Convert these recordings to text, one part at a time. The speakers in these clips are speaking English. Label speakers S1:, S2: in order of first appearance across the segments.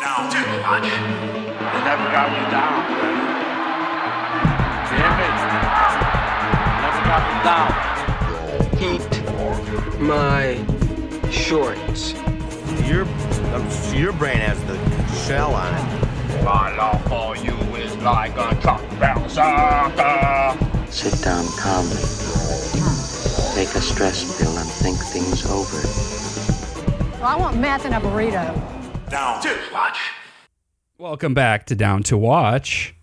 S1: down too much. They never got me down. Damn it. Never got me down.
S2: Eat my shorts.
S3: Your um, your brain has the shell on it.
S1: My love for you is like a tropical sucker.
S4: Sit down calmly. Take a stress pill and think things over.
S5: Well, I want meth and a burrito.
S1: Down too much.
S6: Welcome back to Down to Watch.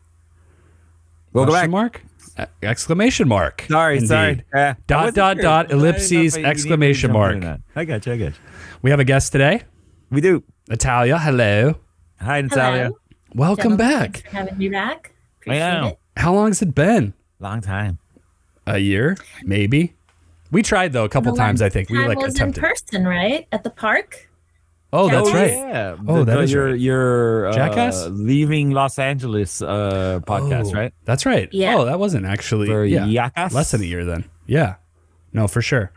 S7: We'll
S6: Question Mark? E- exclamation mark.
S7: Sorry,
S6: Indeed.
S7: sorry. Uh, I
S6: dot
S7: wasn't
S6: dot
S7: sure. I didn't
S6: dot
S7: know if I
S6: ellipses
S7: needed to
S6: exclamation
S7: jump in or
S6: mark.
S7: not. I got you. I got you.
S6: We have a guest today,
S7: We do.
S6: Natalia. Hello.
S7: Hi, Natalia.
S6: Welcome back.
S8: Thanks for having me back. Appreciate
S7: Wow.
S8: it.
S6: How long has it been?
S7: Long time.
S6: A year, maybe. We tried though a couple
S8: The
S6: times. I
S8: last
S6: think we
S8: time
S6: like
S8: was
S6: attempted.
S8: in person, right? At the park.
S6: oh, that's
S8: Oh,
S6: right.
S7: Yeah.
S6: Oh, that
S7: the,
S6: is
S7: your
S6: right.
S7: your uh,
S6: Jackass?
S7: leaving Los Angeles uh, podcast,
S6: Oh,
S7: right?
S6: That's right.
S8: Yeah.
S6: Oh, that wasn't actually
S7: For
S6: yeah,
S7: Yakas?
S6: less than a year then. Yeah. No, for sure.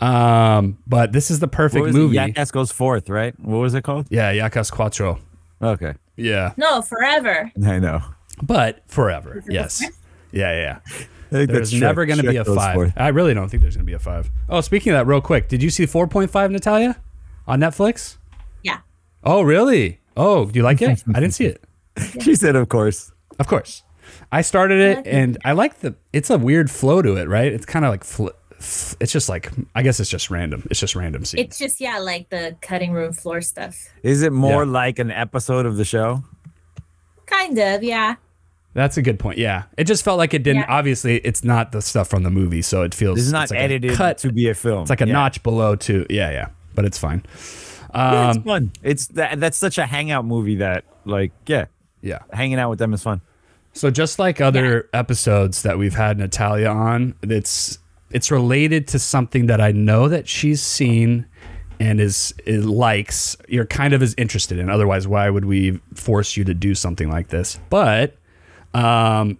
S6: Um, but this is the
S7: What
S6: perfect
S7: was
S6: movie.
S7: It? Jackass goes forth, right? What was it called?
S6: yeah, Yakas Cuatro.
S7: Okay.
S6: Yeah.
S8: No, forever.
S7: I know.
S6: But forever. Yes. Yeah, yeah. yeah.
S7: I think
S6: There's
S7: that's
S6: never
S7: Shrek.
S6: going to be
S7: Shrek
S6: a
S7: goes
S6: five.
S7: forth.
S6: I really don't think there's going to be a five. Oh, speaking of that, real quick, did you see 4.5 Natalia on Netflix?
S8: Yeah.
S6: Oh, really? Oh, do you like it? I didn't see it.
S7: She said, "Of course."
S6: Of course. I started it and I like the, it's a weird flow to it, right? It's kind of like, fl- f- it's just like, I guess it's just random. It's just random scenes.
S8: It's just yeah, like the cutting room floor stuff.
S7: Is it more
S6: Yeah.
S7: like an episode of the show?
S8: Kind of, yeah.
S6: That's a good point. Yeah. It just felt like it didn't,
S8: Yeah.
S6: obviously, it's not the stuff from the movie. So it feels,
S7: This is not
S6: it's like a
S7: edited
S6: cut.
S7: to be a film.
S6: It's like a
S7: Yeah.
S6: notch below two. Yeah. Yeah. But it's fine.
S7: Yeah, it's
S6: Um,
S7: fun. It's that. That's such a hangout movie that, like, yeah,
S6: yeah.
S7: hanging out with them is fun.
S6: So just like other episodes that we've had Natalia on, it's it's related to something that I know that she's seen and is, is likes. You're kind of is interested in. Otherwise, why would we force you to do something like this? But um,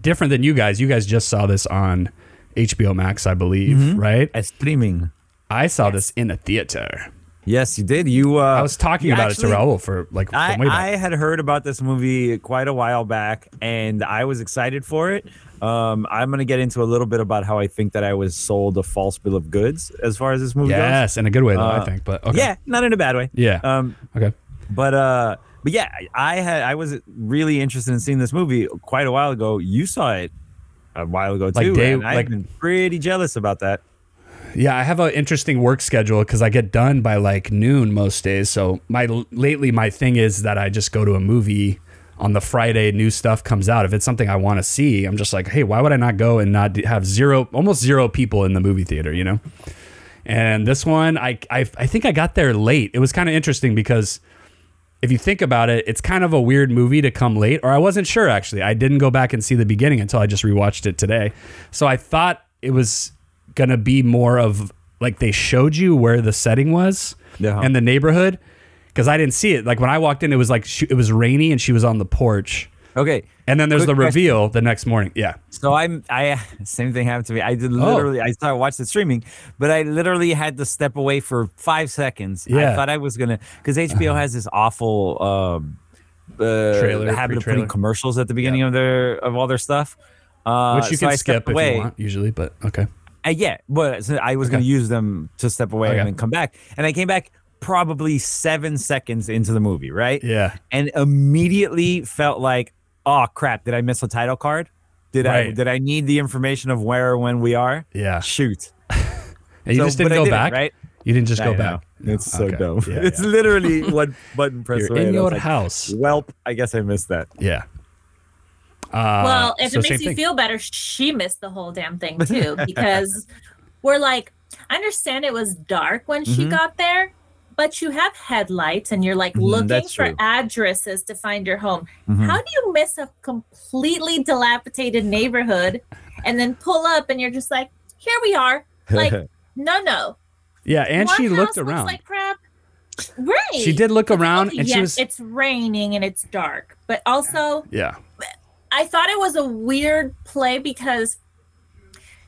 S6: different than you guys. You guys just saw this on HBO Max, I believe,
S7: Mm-hmm.
S6: right?
S7: As streaming.
S6: I saw this in a theater.
S7: Yes, you did. You. Uh,
S6: I was talking
S7: you
S6: about it
S7: actually-
S6: to Raul for like from
S7: I,
S6: way back.
S7: I had heard about this movie quite a while back, and I was excited for it. Um, I'm gonna get into a little bit about how I think that I was sold a false bill of goods as far as this movie goes.
S6: yes, in a good way though, I
S7: Uh,
S6: think. But okay.
S7: Yeah, not in a bad way.
S6: Yeah.
S7: Um,
S6: okay.
S7: but uh, but yeah, I had I was really interested in seeing this movie quite a while ago. You saw it a while ago
S6: Like
S7: too,
S6: day-
S7: and I've
S6: like-
S7: been pretty jealous about that.
S6: Yeah, I have an interesting work schedule because I get done by like noon most days. So my lately my thing is that I just go to a movie on the Friday new stuff comes out. If it's something I want to see, I'm just like, hey, why would I not go and not do- have zero, almost zero people in the movie theater, you know? And this one, I I, I think I got there late. It was kind of interesting because if you think about it, it's kind of a weird movie to come late. Or I wasn't sure actually. I didn't go back and see the beginning until I just rewatched it today. So I thought it was gonna be more of like they showed you where the setting was
S7: Yeah.
S6: and the neighborhood because I didn't see it. Like when I walked in, it was like she, it was rainy and she was on the porch.
S7: Okay,
S6: And then there's
S7: Quick
S6: the
S7: question.
S6: reveal the next morning. Yeah.
S7: So I'm I same thing happened to me. I did literally I started watching the streaming, but I literally had to step away for five seconds.
S6: Yeah.
S7: I thought I was gonna because HBO has this awful um uh,
S6: Trailer,
S7: habit of
S6: pre-trailer.
S7: putting commercials at the beginning of their of all their stuff. Uh,
S6: Which you
S7: so
S6: can
S7: I stepped
S6: skip if
S7: away.
S6: you want usually, but okay.
S7: Uh, yeah, but so I was going to use them to step away
S6: Okay.
S7: and then come back. And I came back probably seven seconds into the movie, right?
S6: Yeah.
S7: And immediately felt like, oh crap, did I miss a title card? Did I
S6: Right.
S7: did I need the information of where or when we are?
S6: Yeah.
S7: Shoot.
S6: And you
S7: So-
S6: just didn't
S7: but I
S6: go
S7: didn't,
S6: back.
S7: right?
S6: You didn't just
S7: I
S6: go
S7: know.
S6: back. No,
S7: It's so
S6: okay.
S7: dumb.
S6: Yeah,
S7: it's
S6: yeah.
S7: literally one button press
S6: You're
S7: away.
S6: in
S7: and I
S6: your
S7: was like,
S6: house.
S7: Welp, I guess I missed that.
S6: Yeah. Uh,
S8: well, if
S6: so
S8: it
S6: same
S8: makes you
S6: thing.
S8: feel better, she missed the whole damn thing too because we're like, I understand it was dark when
S6: Mm-hmm.
S8: she got there, but you have headlights and you're like
S6: Mm-hmm,
S8: looking
S7: that's
S8: for
S7: true.
S8: addresses to find your home.
S6: Hmm.
S8: How do you miss a completely dilapidated neighborhood and then pull up and you're just like, here we are? Like, no, no.
S6: yeah, and
S8: One
S6: she
S8: house
S6: looked
S8: looks
S6: around.
S8: like crap. Right.
S6: she did look around, and she
S8: Yes,
S6: was
S8: oh, it's raining and it's dark, but also
S6: yeah,
S8: I thought it was a weird play because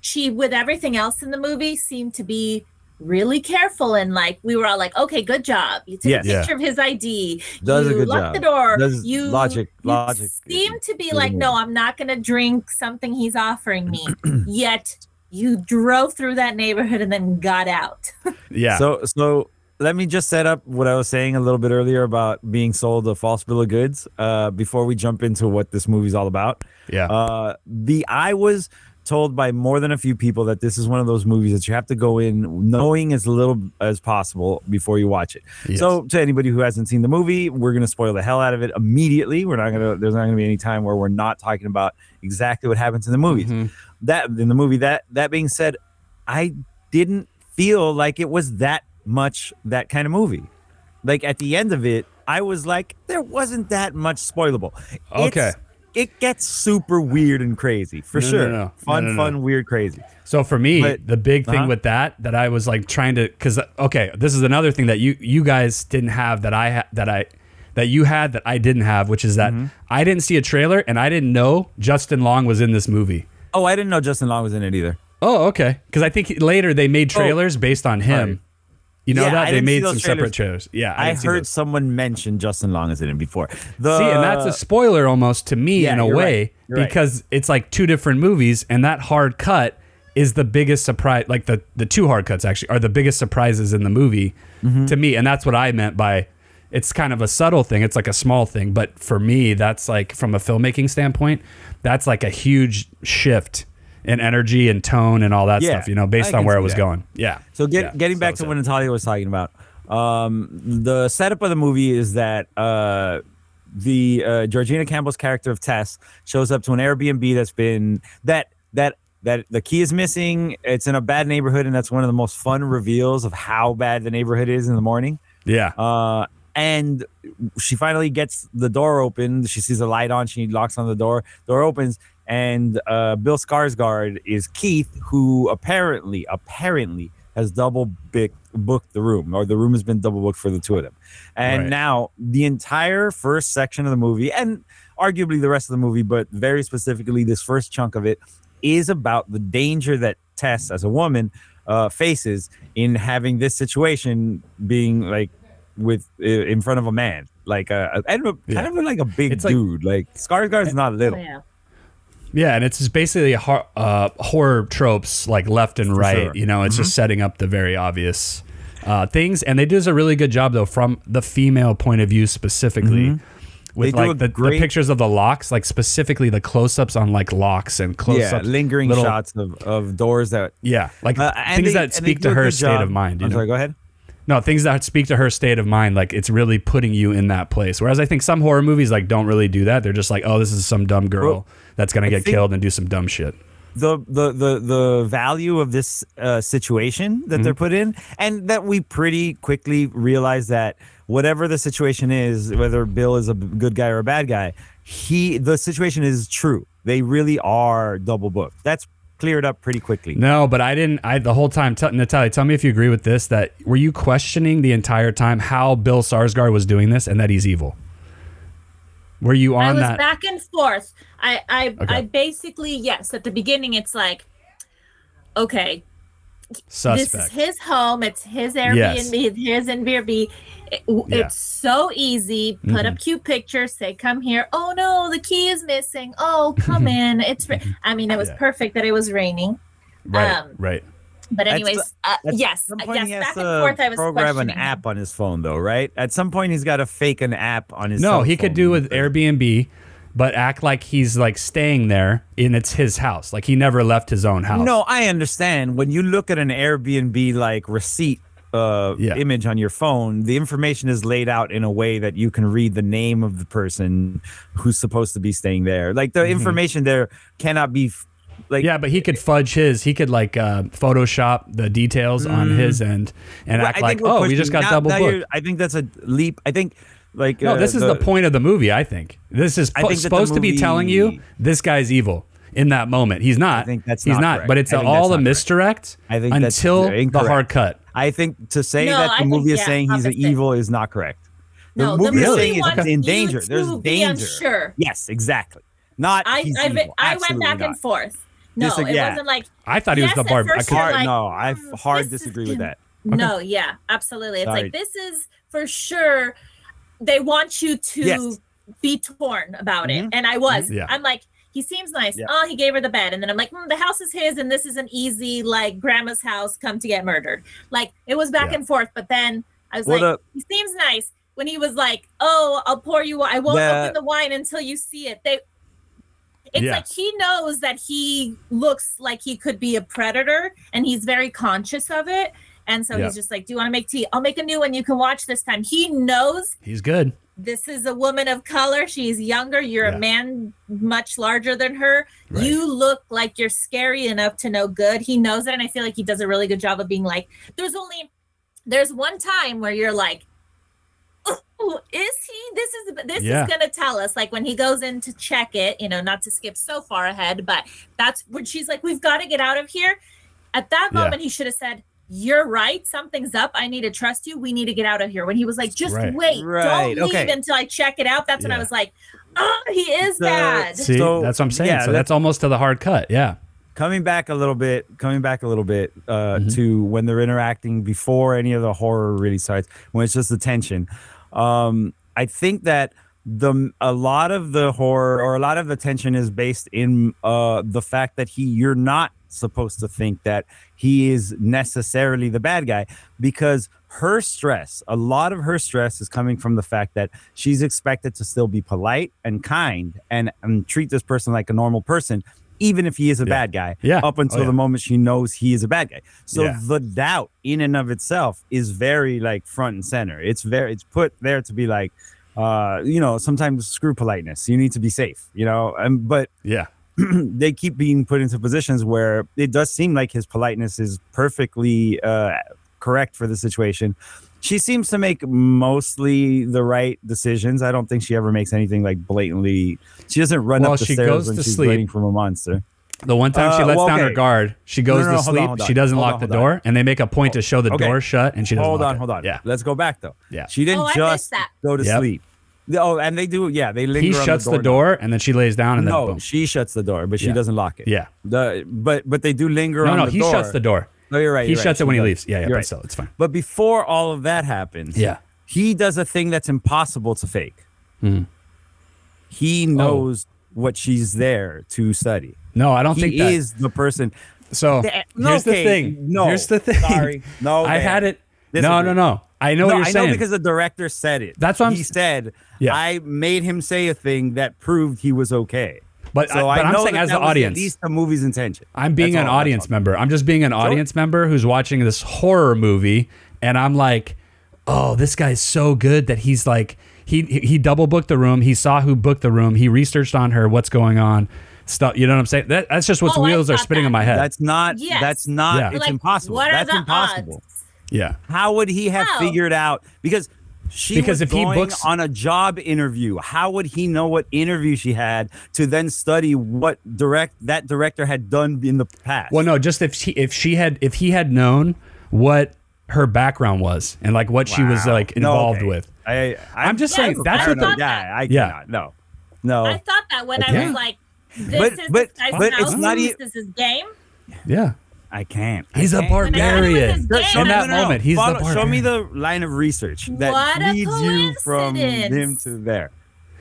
S8: she, with everything else in the movie, seemed to be really careful and like we were all like, okay, good job. You took
S7: Yes.
S8: a
S6: Yeah.
S8: picture of his ID.
S7: Does a
S8: you
S7: good
S8: locked
S7: job.
S8: the door.
S7: Does-
S8: you
S7: logic-
S8: you
S7: logic
S8: seem
S7: is-
S8: to be
S7: is
S8: like,
S7: more.
S8: no, I'm not gonna drink something he's offering me. Yet you drove through that neighborhood and then got out.
S6: Yeah.
S7: So so let me just set up what I was saying a little bit earlier about being sold a false bill of goods uh, before we jump into what this movie's all about.
S6: yeah.
S7: Uh, the I was told by more than a few people that this is one of those movies that you have to go in knowing as little as possible before you watch it.
S6: Yes.
S7: So to anybody who hasn't seen the movie, we're gonna spoil the hell out of it immediately. We're not gonna there's not gonna be any time where we're not talking about exactly what happens in the movies.
S6: Mm-hmm.
S7: That in the movie, that that being said, I didn't feel like it was that much that kind of movie. Like at the end of it, I was like, there wasn't that much spoilable. It's-
S6: Okay.
S7: it gets super weird and crazy for
S6: No, no,
S7: sure.
S6: no. No,
S7: Fun,
S6: no, no.
S7: fun, weird, crazy.
S6: So for me,
S7: But-
S6: the big thing
S7: Uh-huh.
S6: with that that I was like trying to because okay, this is another thing that you you guys didn't have that I ha- that I that you had that I didn't have, which is that
S7: Mm-hmm.
S6: I didn't see a trailer and I didn't know Justin Long was in this movie.
S7: Oh, I didn't know Justin Long was in it either.
S6: Oh, okay. Because I think later they made trailers based on him.
S7: Oh. Right.
S6: You know
S7: Yeah,
S6: that
S7: I
S6: they
S7: didn't see
S6: made
S7: those
S6: some separate trailers. Yeah,
S7: I,
S6: didn't see
S7: heard
S6: those.
S7: someone mention Justin Long is in it before. The,
S6: See, and that's a spoiler almost to me
S7: Yeah,
S6: in a
S7: you're
S6: way
S7: right. You're right.
S6: because it's like two different movies, and that hard cut is the biggest surprise. Like the the two hard cuts actually are the biggest surprises in the movie
S7: Mm-hmm.
S6: to me, and that's what I meant by it's kind of a subtle thing. It's like a small thing, but for me, that's like from a filmmaking standpoint, that's like a huge shift in energy and tone and all that
S7: Yeah,
S6: stuff. You know, based
S7: I
S6: on
S7: can
S6: where
S7: see
S6: it was
S7: that.
S6: going. Yeah.
S7: So get,
S6: Yeah,
S7: getting
S6: so
S7: back
S6: it's
S7: to
S6: it.
S7: what Natalia was talking about, um, the setup of the movie is that uh, the uh, Georgina Campbell's character of Tess shows up to an Airbnb that's been that that that the key is missing. It's in a bad neighborhood, and that's one of the most fun reveals of how bad the neighborhood is in the morning.
S6: Yeah.
S7: Uh, and she finally gets the door open. She sees a light on. She locks on the door. Door opens, and uh, Bill Skarsgård is Keith, who apparently, apparently has double bic- booked the room, or the room has been double booked for the two of them. And
S6: Right.
S7: now the entire first section of the movie, and arguably the rest of the movie, but very specifically this first chunk of it, is about the danger that Tess, as a woman, uh, faces in having this situation being like with i- in front of a man, like a, a- and a- kind
S6: Yeah.
S7: of like a big
S6: It's like-
S7: dude. Like Skarsgård's not little.
S8: Oh, Yeah.
S6: Yeah, and it's just basically a hor- uh, horror tropes like left and right.
S7: sure. Mm-hmm.
S6: You know, it's just setting up the very obvious uh, things, and they do a really good job though from the female point of view specifically. With
S7: Mm-hmm. They do a
S6: like the,
S7: great-
S6: the pictures of the locks, like specifically the close-ups on like locks and close-ups,
S7: Yeah, lingering
S6: little-
S7: shots of, of doors that
S6: Yeah, like
S7: Uh, and
S6: things
S7: they- and
S6: that
S7: they
S6: speak
S7: do
S6: to
S7: a
S6: her
S7: good
S6: state
S7: job-
S6: of mind. You
S7: I'm
S6: know?
S7: sorry, go ahead.
S6: No, things that speak to her state of mind, like it's really putting you in that place. Whereas I think some horror movies like don't really do that. They're just like, oh, this is some dumb girl
S7: Well,
S6: that's gonna get
S7: think-
S6: killed and do some dumb shit.
S7: the the the the value of this uh, situation that
S6: Mm-hmm.
S7: they're put in, and that we pretty quickly realize that whatever the situation is, whether Bill is a b- good guy or a bad guy, he the situation is true. They really are double booked. That's cleared up pretty quickly.
S6: No, but I didn't. I the whole time. Tell Natalia, tell me if you agree with this. That were you questioning the entire time how Bill Sarsgaard was doing this and that he's evil? Were you
S8: I
S6: on
S8: was
S6: that?
S8: back and forth. I I,
S6: Okay.
S8: I basically yes. At the beginning, it's like, okay, this is
S6: Suspect.
S8: his home. It's his
S6: Yes.
S8: Airbnb. It's his Airbnb. It- w-
S6: Yeah.
S8: It's so easy. Put
S7: Mm-hmm.
S8: up cute pictures. Say, "Come here." Oh no, the key is missing. Oh, come in. It's.
S7: Mm-hmm.
S8: Ra- I mean, it was
S6: Yeah.
S8: perfect that it was raining.
S6: Right.
S8: um,
S6: right.
S8: But
S7: At
S8: anyways,
S7: s-
S8: uh,
S7: At
S8: yes,
S7: some
S8: uh,
S7: point
S8: yes.
S7: he
S8: Back
S7: has
S8: and
S7: to
S8: forth, I was
S7: program an
S8: questioning.
S7: app on his phone, though, right? At some point, he's got to fake an app on his.
S6: No,
S7: cell
S6: he could
S7: phone.
S6: do with Airbnb, but act like he's like staying there and it's his house. Like he never left his own house.
S7: No, I understand. When you look at an Airbnb like receipt uh,
S6: Yeah.
S7: image on your phone, the information is laid out in a way that you can read the name of the person who's supposed to be staying there. Like the information there cannot be f- like
S6: Mm-hmm. Yeah, but he could fudge his. He could like uh, Photoshop the details on his end and
S7: Mm. Well,
S6: act
S7: I
S6: like,
S7: think we're
S6: oh, we
S7: pushing-
S6: just got
S7: now-
S6: double
S7: now
S6: booked.
S7: you're- I think that's a leap. I think like
S6: No,
S7: uh,
S6: this is the, point of the movie. I think this is
S7: I
S6: po-
S7: think that the
S6: supposed to be telling you
S7: movie-
S6: this guy's evil in that moment. He's not.
S7: think that's
S6: he's
S7: not
S6: not.
S7: correct.
S6: but it's
S7: I think that's
S6: all
S7: not
S6: a
S7: correct.
S6: misdirect.
S7: I think that's
S6: until the
S7: incorrect.
S6: hard cut.
S7: I think to say
S8: No,
S7: that the
S8: I think,
S7: movie is
S8: yeah,
S7: saying he's an
S8: opposite.
S7: evil is not correct. The
S8: No,
S7: movie is saying
S8: wants
S7: he's in
S8: you
S7: danger.
S8: to
S7: There's
S8: be
S7: danger.
S8: unsure.
S7: Yes, exactly. Not
S8: I
S7: he's
S8: I,
S7: evil.
S8: I went
S7: Absolutely
S8: back
S7: not.
S8: and forth. No,
S7: Dis-
S8: it
S7: yeah.
S8: wasn't like
S6: I thought he
S8: Yes,
S6: was
S8: at
S6: the barb. I
S8: first
S6: could-
S8: you're
S7: hard,
S8: like,
S7: no, I f-
S8: "Hmm,
S7: hard
S8: this is
S7: disagree with
S8: gonna-
S7: that.
S8: No, yeah, absolutely. It's
S7: Sorry.
S8: like this is for sure. They want you to
S7: Yes.
S8: be torn about
S7: Mhm.
S8: it, and I was.
S6: Mhm. Yeah.
S8: I'm like, he seems nice.
S7: Yeah.
S8: Oh, he gave her the bed, and then I'm like, mm, the house is his, and this is an easy like grandma's house. Come to get murdered. Like it was back
S6: Yeah.
S8: and forth, but then I was
S7: Well,
S8: like,
S7: the-
S8: he seems nice. When he was like, oh, I'll pour you. I won't
S7: The-
S8: open the wine until you see it. They. It's
S6: Yeah.
S8: like he knows that he looks like he could be a predator and he's very conscious of it. And so
S6: Yeah.
S8: he's just like, Do you want to make tea? I'll make a new one you can watch this time. He knows
S6: He's good.
S8: this is a woman of color. She's younger. You're
S6: Yeah.
S8: a man much larger than her.
S6: Right.
S8: You look like you're scary enough to know good. He knows it. And I feel like he does a really good job of being like, There's only, there's one time where you're like, "Ooh, is he? This is this
S6: Yeah.
S8: is gonna tell us like when he goes in to check it, you know, not to skip so far ahead, but that's when she's like, We've got to get out of here. At that
S6: Yeah.
S8: moment, he should have said, You're right, something's up. I need to trust you. We need to get out of here. When he was like, Just
S6: Right.
S8: wait,
S7: Right,
S8: don't leave
S7: okay.
S8: until I check it out. That's when
S6: Yeah.
S8: I was like, Oh, he is
S7: So-
S8: bad.
S6: See,
S7: So-
S6: that's what I'm saying.
S7: yeah,
S6: so that's almost to the hard cut. Yeah.
S7: coming back a little bit coming back a little bit uh, to when they're interacting before any of the horror really starts when it's just the tension um, i think that the a lot of the horror or a lot of the tension is based in uh, the fact that he you're not supposed to think that he is necessarily the bad guy because her stress a lot of her stress is coming from the fact that she's expected to still be polite and kind and, and treat this person like a normal person even if he is a
S6: Yeah.
S7: bad guy
S6: Yeah.
S7: up until
S6: Oh, yeah.
S7: the moment she knows he is a bad guy. So
S6: Yeah.
S7: the doubt in and of itself is very like front and center. It's very it's put there to be like, uh, you know, sometimes screw politeness. You need to be safe, you know. And but
S6: Yeah.
S7: they keep being put into positions where it does seem like his politeness is perfectly uh, correct for the situation. She seems to make mostly the right decisions. I don't think she ever makes anything like blatantly. She doesn't run
S6: Well,
S7: up the
S6: she
S7: stairs
S6: goes
S7: when
S6: to
S7: she's
S6: sleep.
S7: running from a monster.
S6: The one time she
S7: Uh,
S6: lets
S7: well,
S6: down her
S7: okay.
S6: guard, she goes
S7: No, no, no,
S6: to
S7: hold on,
S6: sleep.
S7: hold on.
S6: she doesn't
S7: Hold
S6: lock
S7: on,
S6: the
S7: hold on.
S6: door, and they make a point to show the
S7: Okay.
S6: door shut, and she doesn't.
S7: hold
S6: lock
S7: on,
S6: it.
S7: hold on.
S6: Yeah,
S7: Let's go back though.
S6: Yeah.
S7: She didn't
S8: Oh, I
S7: just
S8: missed that.
S7: go to
S6: Yep.
S7: sleep. Oh, and they do. Yeah, they linger.
S6: he
S7: on
S6: shuts the door,
S7: doorknob.
S6: and then she lays down, and then
S7: No,
S6: boom.
S7: she shuts the door, but she
S6: Yeah.
S7: doesn't lock it.
S6: Yeah.
S7: The but but they do linger
S6: No,
S7: on
S6: no,
S7: the
S6: he
S7: door.
S6: shuts the door.
S7: No, you're right.
S6: he
S7: you're right.
S6: shuts it when he
S7: You're
S6: leaves. Yeah, yeah,
S7: You're
S6: but
S7: right.
S6: still, it's fine.
S7: But before all of that happens,
S6: Yeah.
S7: he does a thing that's impossible to fake.
S6: Hmm.
S7: He
S6: Oh.
S7: knows what she's there to study.
S6: No, I don't think
S7: He
S6: that.
S7: is the person.
S6: So
S7: Th-
S6: here's the
S7: okay,
S6: thing.
S7: no,
S6: here's the thing.
S7: sorry. No,
S6: I
S7: man.
S6: had it. No,
S7: Disagree.
S6: no, no. I know
S7: no,
S6: what you're
S7: I
S6: saying.
S7: know because the director said it.
S6: That's what I'm
S7: he
S6: s-
S7: said.
S6: Yeah.
S7: I made him say a thing that proved he was okay.
S6: But I- but I'm saying as
S7: that
S6: the
S7: was
S6: audience.
S7: at least the movie's intention.
S6: I'm being
S7: That's
S6: an
S7: all, that's
S6: audience
S7: all.
S6: member. I'm just being an audience member who's watching this horror movie, and I'm like, oh, this guy's so good that he's like, he he double booked the room. He saw who booked the room. He researched on her, what's going on, stuff. You know what I'm saying? That, that's just what the
S8: Oh, I
S6: wheels are
S8: thought
S6: spinning in
S8: that.
S6: my head.
S7: That's not.
S8: Yes.
S7: That's not.
S6: Yeah.
S7: It's
S8: Like,
S7: impossible.
S8: what are
S7: that's
S8: the Oh.
S7: impossible.
S6: yeah,
S7: How would he have
S8: How?
S7: figured out? Because she
S6: Because
S7: was
S6: if he
S7: going
S6: books-
S7: on a job interview, how would he know what interview she had to then study what direct that director had done in the past?
S6: Well, no, just if she if she had if he had known what her background was and like what she was
S7: Wow.
S6: like
S7: No,
S6: involved
S7: okay.
S6: with.
S7: I, I'm,
S6: just
S8: saying,
S7: I'm a
S8: that's what
S7: paranoid
S8: the-
S7: guy. I
S6: Yeah.
S7: cannot. No, no.
S8: I thought that when I
S6: Yeah.
S8: was like, This
S7: But-
S8: is
S7: but-
S8: this guy's
S7: but it's
S8: house,
S7: not
S8: this
S7: e-
S8: is his game.
S6: Yeah,
S7: I can't.
S6: he's a
S7: I can't.
S8: When I thought it was
S7: show
S6: barbarian. In
S8: his game, I
S7: me-
S8: was
S7: no,
S6: that
S7: no, no.
S6: moment, he's the
S7: Follow- Show me
S6: barbarian.
S7: the line of research that
S8: What a
S7: leads you from
S8: coincidence.
S7: him to there.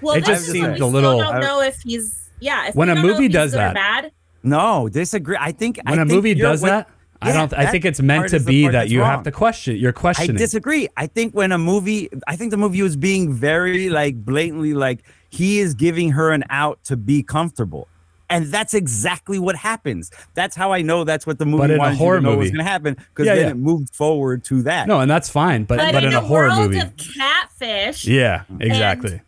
S8: Well,
S6: It
S8: it
S6: just
S8: just
S7: seemed
S8: seems
S6: a
S8: a
S6: little-
S8: little. Don't
S7: I-
S8: know if he's yeah. If
S6: When
S8: we
S6: a
S8: don't know
S6: movie
S8: if he's
S6: does
S8: good
S6: that,
S8: or bad,
S7: No, disagree. I think
S6: when
S7: I
S6: a
S7: think
S6: movie
S7: you're-
S6: does
S7: when-
S6: that, I
S7: Yeah,
S6: don't. I
S7: that
S6: think it's meant
S7: part
S6: to
S7: is the
S6: be
S7: part
S6: that
S7: that's
S6: you have
S7: wrong.
S6: to question. You're
S7: I
S6: questioning.
S7: disagree. I think when a movie, I think the movie was being very like blatantly like he is giving her an out to be comfortable. And that's exactly what happens. That's how I know that's what the movie
S6: But in a
S7: wanted you to
S6: horror
S7: know was
S6: movie.
S7: going to happen because
S6: Yeah,
S7: then
S6: yeah.
S7: it moved forward to that.
S6: No, and that's fine, but but,
S8: but,
S6: in, a, horror
S8: world
S6: movie.
S8: of catfish,
S6: yeah, exactly.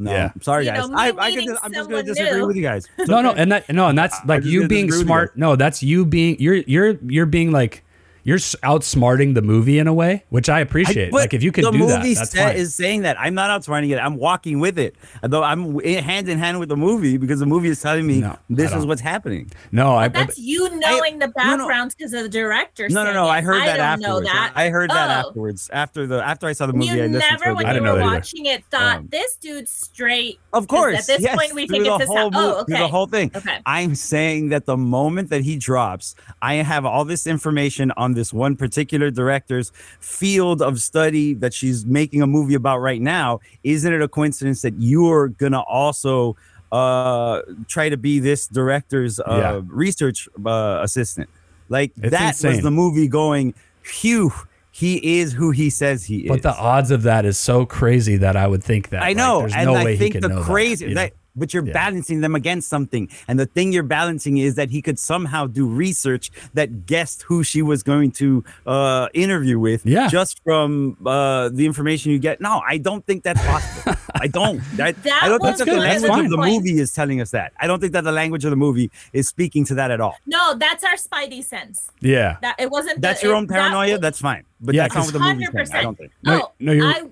S7: no,
S6: yeah.
S7: I'm sorry
S8: You
S7: guys.
S8: know,
S7: I,
S8: me
S7: I could,
S8: meeting
S7: I'm just going
S8: someone
S7: to disagree
S8: new.
S7: with you guys. It's
S6: No, no,
S7: okay.
S6: and that no, and that's like
S7: just
S6: you
S7: gonna
S6: being
S7: disagree with you
S6: smart.
S7: guys.
S6: No, that's you being you're you're you're being like you're s- outsmarting the movie in a way, which I
S7: I-
S6: appreciate.
S7: but
S6: like if you can
S7: the
S6: do that,
S7: movie
S6: that's
S7: set
S6: fine.
S7: is saying that I'm not outsmarting it. I'm walking with it, though I'm w- hand in hand with the movie because the movie is telling me
S6: No,
S7: this
S6: I
S7: is
S6: don't.
S7: what's happening.
S6: no, I,
S8: But that's you knowing the
S7: no, no.
S8: background because of the director.
S7: No, no,
S8: said
S7: no.
S8: it.
S7: I heard that
S8: don't
S7: afterwards.
S8: Know that.
S7: I heard that
S8: Oh.
S7: afterwards. After the after I saw the movie, I
S8: you
S7: listened to
S8: never,
S7: it.
S8: when
S6: I
S8: you
S6: didn't know
S8: were
S6: that either.
S8: watching it, thought
S7: Um,
S8: this dude's straight. 'cause
S7: of course,
S8: At this
S7: yes,
S8: point, we
S7: through
S8: think
S7: the
S8: it's his
S7: whole
S8: house. Oh,
S7: mo- through
S8: okay.
S7: the whole thing.
S8: Okay.
S7: I'm saying that the moment that he drops, I have all this information on on this one particular director's field of study that she's making a movie about right now, isn't it a coincidence that you're gonna also uh, try to be this director's uh,
S6: Yeah.
S7: research uh, assistant? Like
S6: It's
S7: that was
S6: insane.
S7: the movie going. Phew, he is who he says he
S6: But
S7: is.
S6: the odds of that is so crazy that I would think that
S7: I
S6: like,
S7: know,
S6: there's
S7: and
S6: no way
S7: I
S6: he
S7: think
S6: could know
S7: the
S6: that,
S7: crazy,
S6: you know?
S7: that, but you're
S6: Yeah.
S7: balancing them against something, and the thing you're balancing is that he could somehow do research that guessed who she was going to uh, interview with,
S6: Yeah.
S7: just from uh, the information you get. No, I don't think that's possible. I don't. That,
S8: That
S7: I don't
S8: was
S7: think that
S6: good,
S7: the
S6: that's
S7: language of the
S8: fine.
S7: movie is telling us that. I don't think that the language of the movie is speaking to that at all.
S8: No, that's our spidey sense.
S6: yeah.
S8: That it wasn't.
S7: That's
S8: the,
S7: your
S8: it-
S7: own paranoia.
S8: That,
S7: that's fine, but
S6: Yeah,
S7: that's not what the movie's
S8: hundred
S7: saying. I don't think.
S8: percent.
S6: No,
S8: No,
S6: no, you're-
S8: Oh,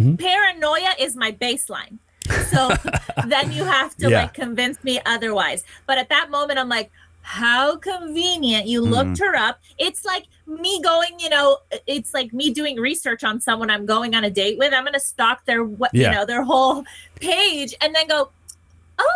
S6: Mm-hmm.
S8: I, paranoia is my baseline. So then you have to
S6: Yeah.
S8: like convince me otherwise. But at that moment, I'm like, how convenient
S6: Mm-hmm.
S8: you looked her up. It's like me going, you know, it's like me doing research on someone I'm going on a date with. I'm gonna stalk their, what
S6: Yeah.
S8: you know, their whole page, and then go, oh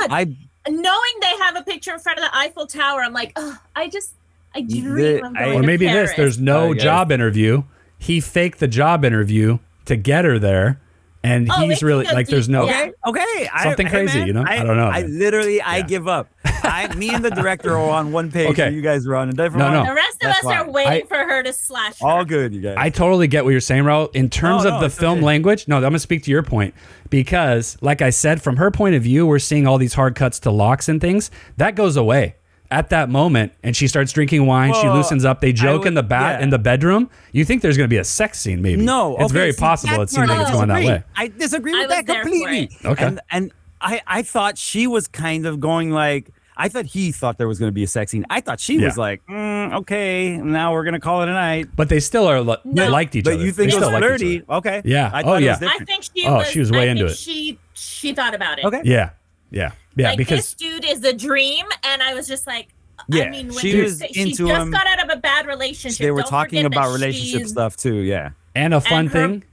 S8: my god,
S7: I
S8: knowing they have a picture in front of the Eiffel Tower, I'm like, oh, I just, I dream
S7: The-
S8: of
S7: I-
S8: going
S6: Or
S8: to
S6: maybe
S8: Paris.
S6: this there's no
S7: I guess.
S6: job interview. He faked the job interview to get her there. And
S8: Oh,
S6: he's
S8: it
S6: really
S8: could
S6: like,
S8: be-
S6: there's no.
S8: yeah.
S7: okay, okay. I-
S6: Something
S7: hey,
S6: crazy,
S7: man,
S6: you know? I don't know,
S7: I
S6: man.
S7: literally, I
S6: Yeah.
S7: give up. I, me and the director are on one page.
S6: Okay.
S7: and You guys are on a different
S6: No,
S7: one.
S6: no.
S8: The rest of
S7: That's
S8: us
S7: why.
S8: are waiting
S6: I-
S8: for her to slash. her.
S7: All good, you guys.
S6: I totally get what you're saying, Raul. In terms
S7: Oh, No, no,
S6: of the
S7: it's
S6: film
S7: okay.
S6: language, no, I'm gonna speak to your point because, like I said, from her point of view, we're seeing all these hard cuts to locks and things that goes away at that moment, and she starts drinking wine. she
S7: Well,
S6: loosens up. They joke
S7: would-
S6: in the bat
S7: yeah.
S6: in the bedroom. You think there's gonna be a sex scene? Maybe
S7: no,
S6: It's
S7: okay,
S6: very
S7: see,
S6: possible.
S7: that
S6: It seems
S7: part I
S6: like it's going that
S7: disagree.
S6: way.
S7: I disagree
S8: I
S7: with
S8: was
S7: that
S8: there for
S7: completely.
S8: it.
S6: Okay.
S7: And, and I, I thought she was kind of going like. I thought he thought there was going to be a sex scene. I thought she
S6: Yeah.
S7: was like, mm, okay, now we're going to call it a night.
S6: But they still are li-
S8: No.
S6: they liked each
S7: But
S6: other.
S7: you think
S6: they
S7: it was
S6: still liked each
S7: flirty? Okay.
S6: Yeah.
S7: I
S6: Oh,
S7: thought it was
S6: yeah. I
S7: different.
S8: I think she
S6: Oh,
S8: was.
S6: she was way
S8: I
S6: into it.
S8: think She she thought about it.
S7: Okay.
S6: other. Yeah, yeah, yeah.
S8: like
S6: because
S8: this dude is a dream, and I was just like,
S7: Yeah,
S8: I mean, when
S7: she
S8: you
S7: was
S8: say-
S7: into
S8: she just
S7: him.
S8: got out of a bad relationship.
S7: They were
S8: Don't
S7: talking
S8: forget that
S7: about relationship
S8: she's-
S7: stuff too. Yeah.
S6: and a fun
S8: and her-
S6: thing.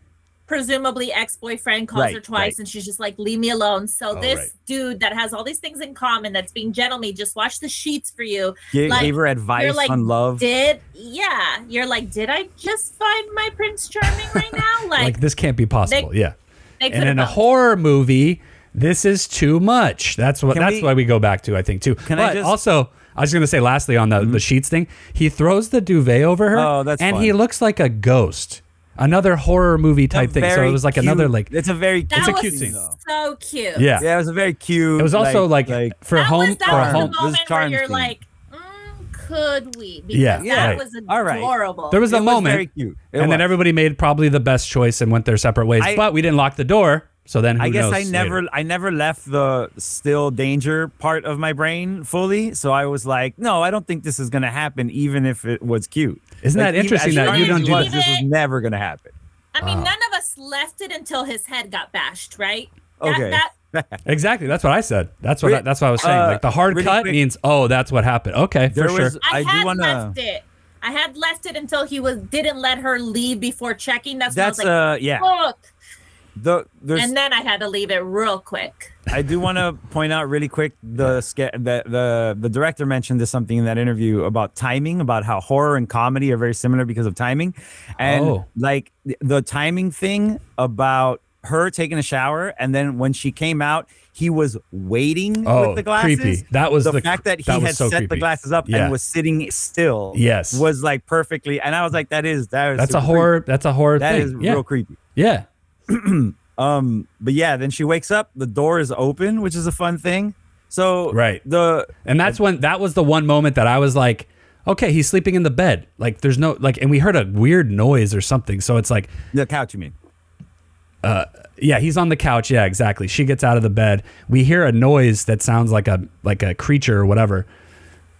S8: Presumably, ex boyfriend calls
S7: Right,
S8: her twice,
S7: right.
S8: and she's just like, "Leave me alone." So
S6: Oh,
S8: this
S6: right.
S8: dude that has all these things in common, that's being gentleman, just wash the sheets for you.
S7: Gave,
S8: Like,
S7: gave her advice
S8: like,
S7: on love.
S8: Did yeah? You're like, did I just find my prince charming right now? Like,
S6: Like this can't be possible. yeah.
S8: they
S6: and in
S8: could've
S6: a
S8: both.
S6: horror movie, this is too much. That's what.
S7: Can
S6: that's
S7: we-
S6: why we go back to. I think too. Can
S7: I
S6: but
S7: just- Mm-hmm.
S6: also, I was going to say lastly on the, the sheets thing. He throws the duvet over her.
S7: Oh, that's
S6: and he
S7: fun.
S6: looks like a ghost. Another horror movie
S7: a
S6: type thing. So it
S7: very
S6: was like another
S7: cute-
S6: like.
S7: it's a very
S8: That
S7: cute,
S8: was
S6: cute scene.
S8: so cute.
S6: Yeah.
S7: yeah, it was a very cute.
S6: It was also like, for
S8: that
S6: home
S8: was, that
S6: for
S8: was
S7: a
S6: home.
S8: the
S7: This is
S8: moment where
S7: Charmed
S8: you're
S7: theme.
S8: like, mm, could we? Because
S6: Yeah,
S8: that
S6: right.
S8: was
S7: All right.
S8: adorable.
S6: There was a
S7: it was
S6: moment.
S7: very cute. It
S6: and then
S7: was.
S6: everybody made probably the best choice and went their separate ways.
S7: I-
S6: but we didn't lock the door, so then who
S7: I guess
S6: knows
S7: I never,
S6: later.
S7: I never left the still danger part of my brain fully. So I was like, no, I don't think this is gonna happen, even if it was cute.
S6: Isn't
S7: Like,
S6: that
S7: even-
S6: interesting
S7: as
S6: that
S7: charming
S6: you
S7: as
S6: don't
S7: it
S6: do
S7: was,
S8: that?
S7: This was never gonna happen.
S8: I mean, none of us left it until his head got bashed, right? That,
S7: Okay.
S8: That,
S6: Exactly. That's what I said. That's what
S7: Re-
S6: I, that's what I was saying.
S7: uh,
S6: like the hard
S7: really
S6: cut
S7: quick-
S6: means oh, that's what happened. Okay, for
S7: There
S6: sure.
S7: was-
S8: I,
S7: I do
S8: had
S7: wanna-
S8: left it. I had left it until he was didn't let her leave before checking. That's,
S7: That's
S8: when I
S7: uh, yeah.
S8: was like, look.
S7: The there's
S8: And then I had to leave it real quick.
S7: I do want to point out really quick the ske- the, the the director mentioned this something in that interview about timing, about how horror and comedy are very similar because of timing, and
S6: Oh.
S7: like th- the timing thing about her taking a shower and then when she came out, he was waiting
S6: Oh,
S7: with the glasses.
S6: creepy. That was
S7: the,
S6: the cr-
S7: fact that he
S6: that was
S7: had
S6: so
S7: set the
S6: creepy.
S7: glasses up
S6: Yeah.
S7: and was sitting still.
S6: Yes.
S7: was like perfectly, and I was like, that is that is
S6: That's a
S7: super
S6: horror. That's a horror
S7: Creepy. That
S6: thing.
S7: is
S6: yeah.
S7: real creepy.
S6: yeah.
S7: Um, but yeah, then she wakes up, the door is open, which is a fun thing. So
S6: Right.
S7: the
S6: And that's when that was the one moment that I was like, okay, he's sleeping in the bed. Like there's no like and we heard a weird noise or something. So it's like,
S7: the couch you mean.
S6: yeah, he's on the couch. Yeah, exactly. She gets out of the bed. We hear a noise that sounds like a like a creature or whatever.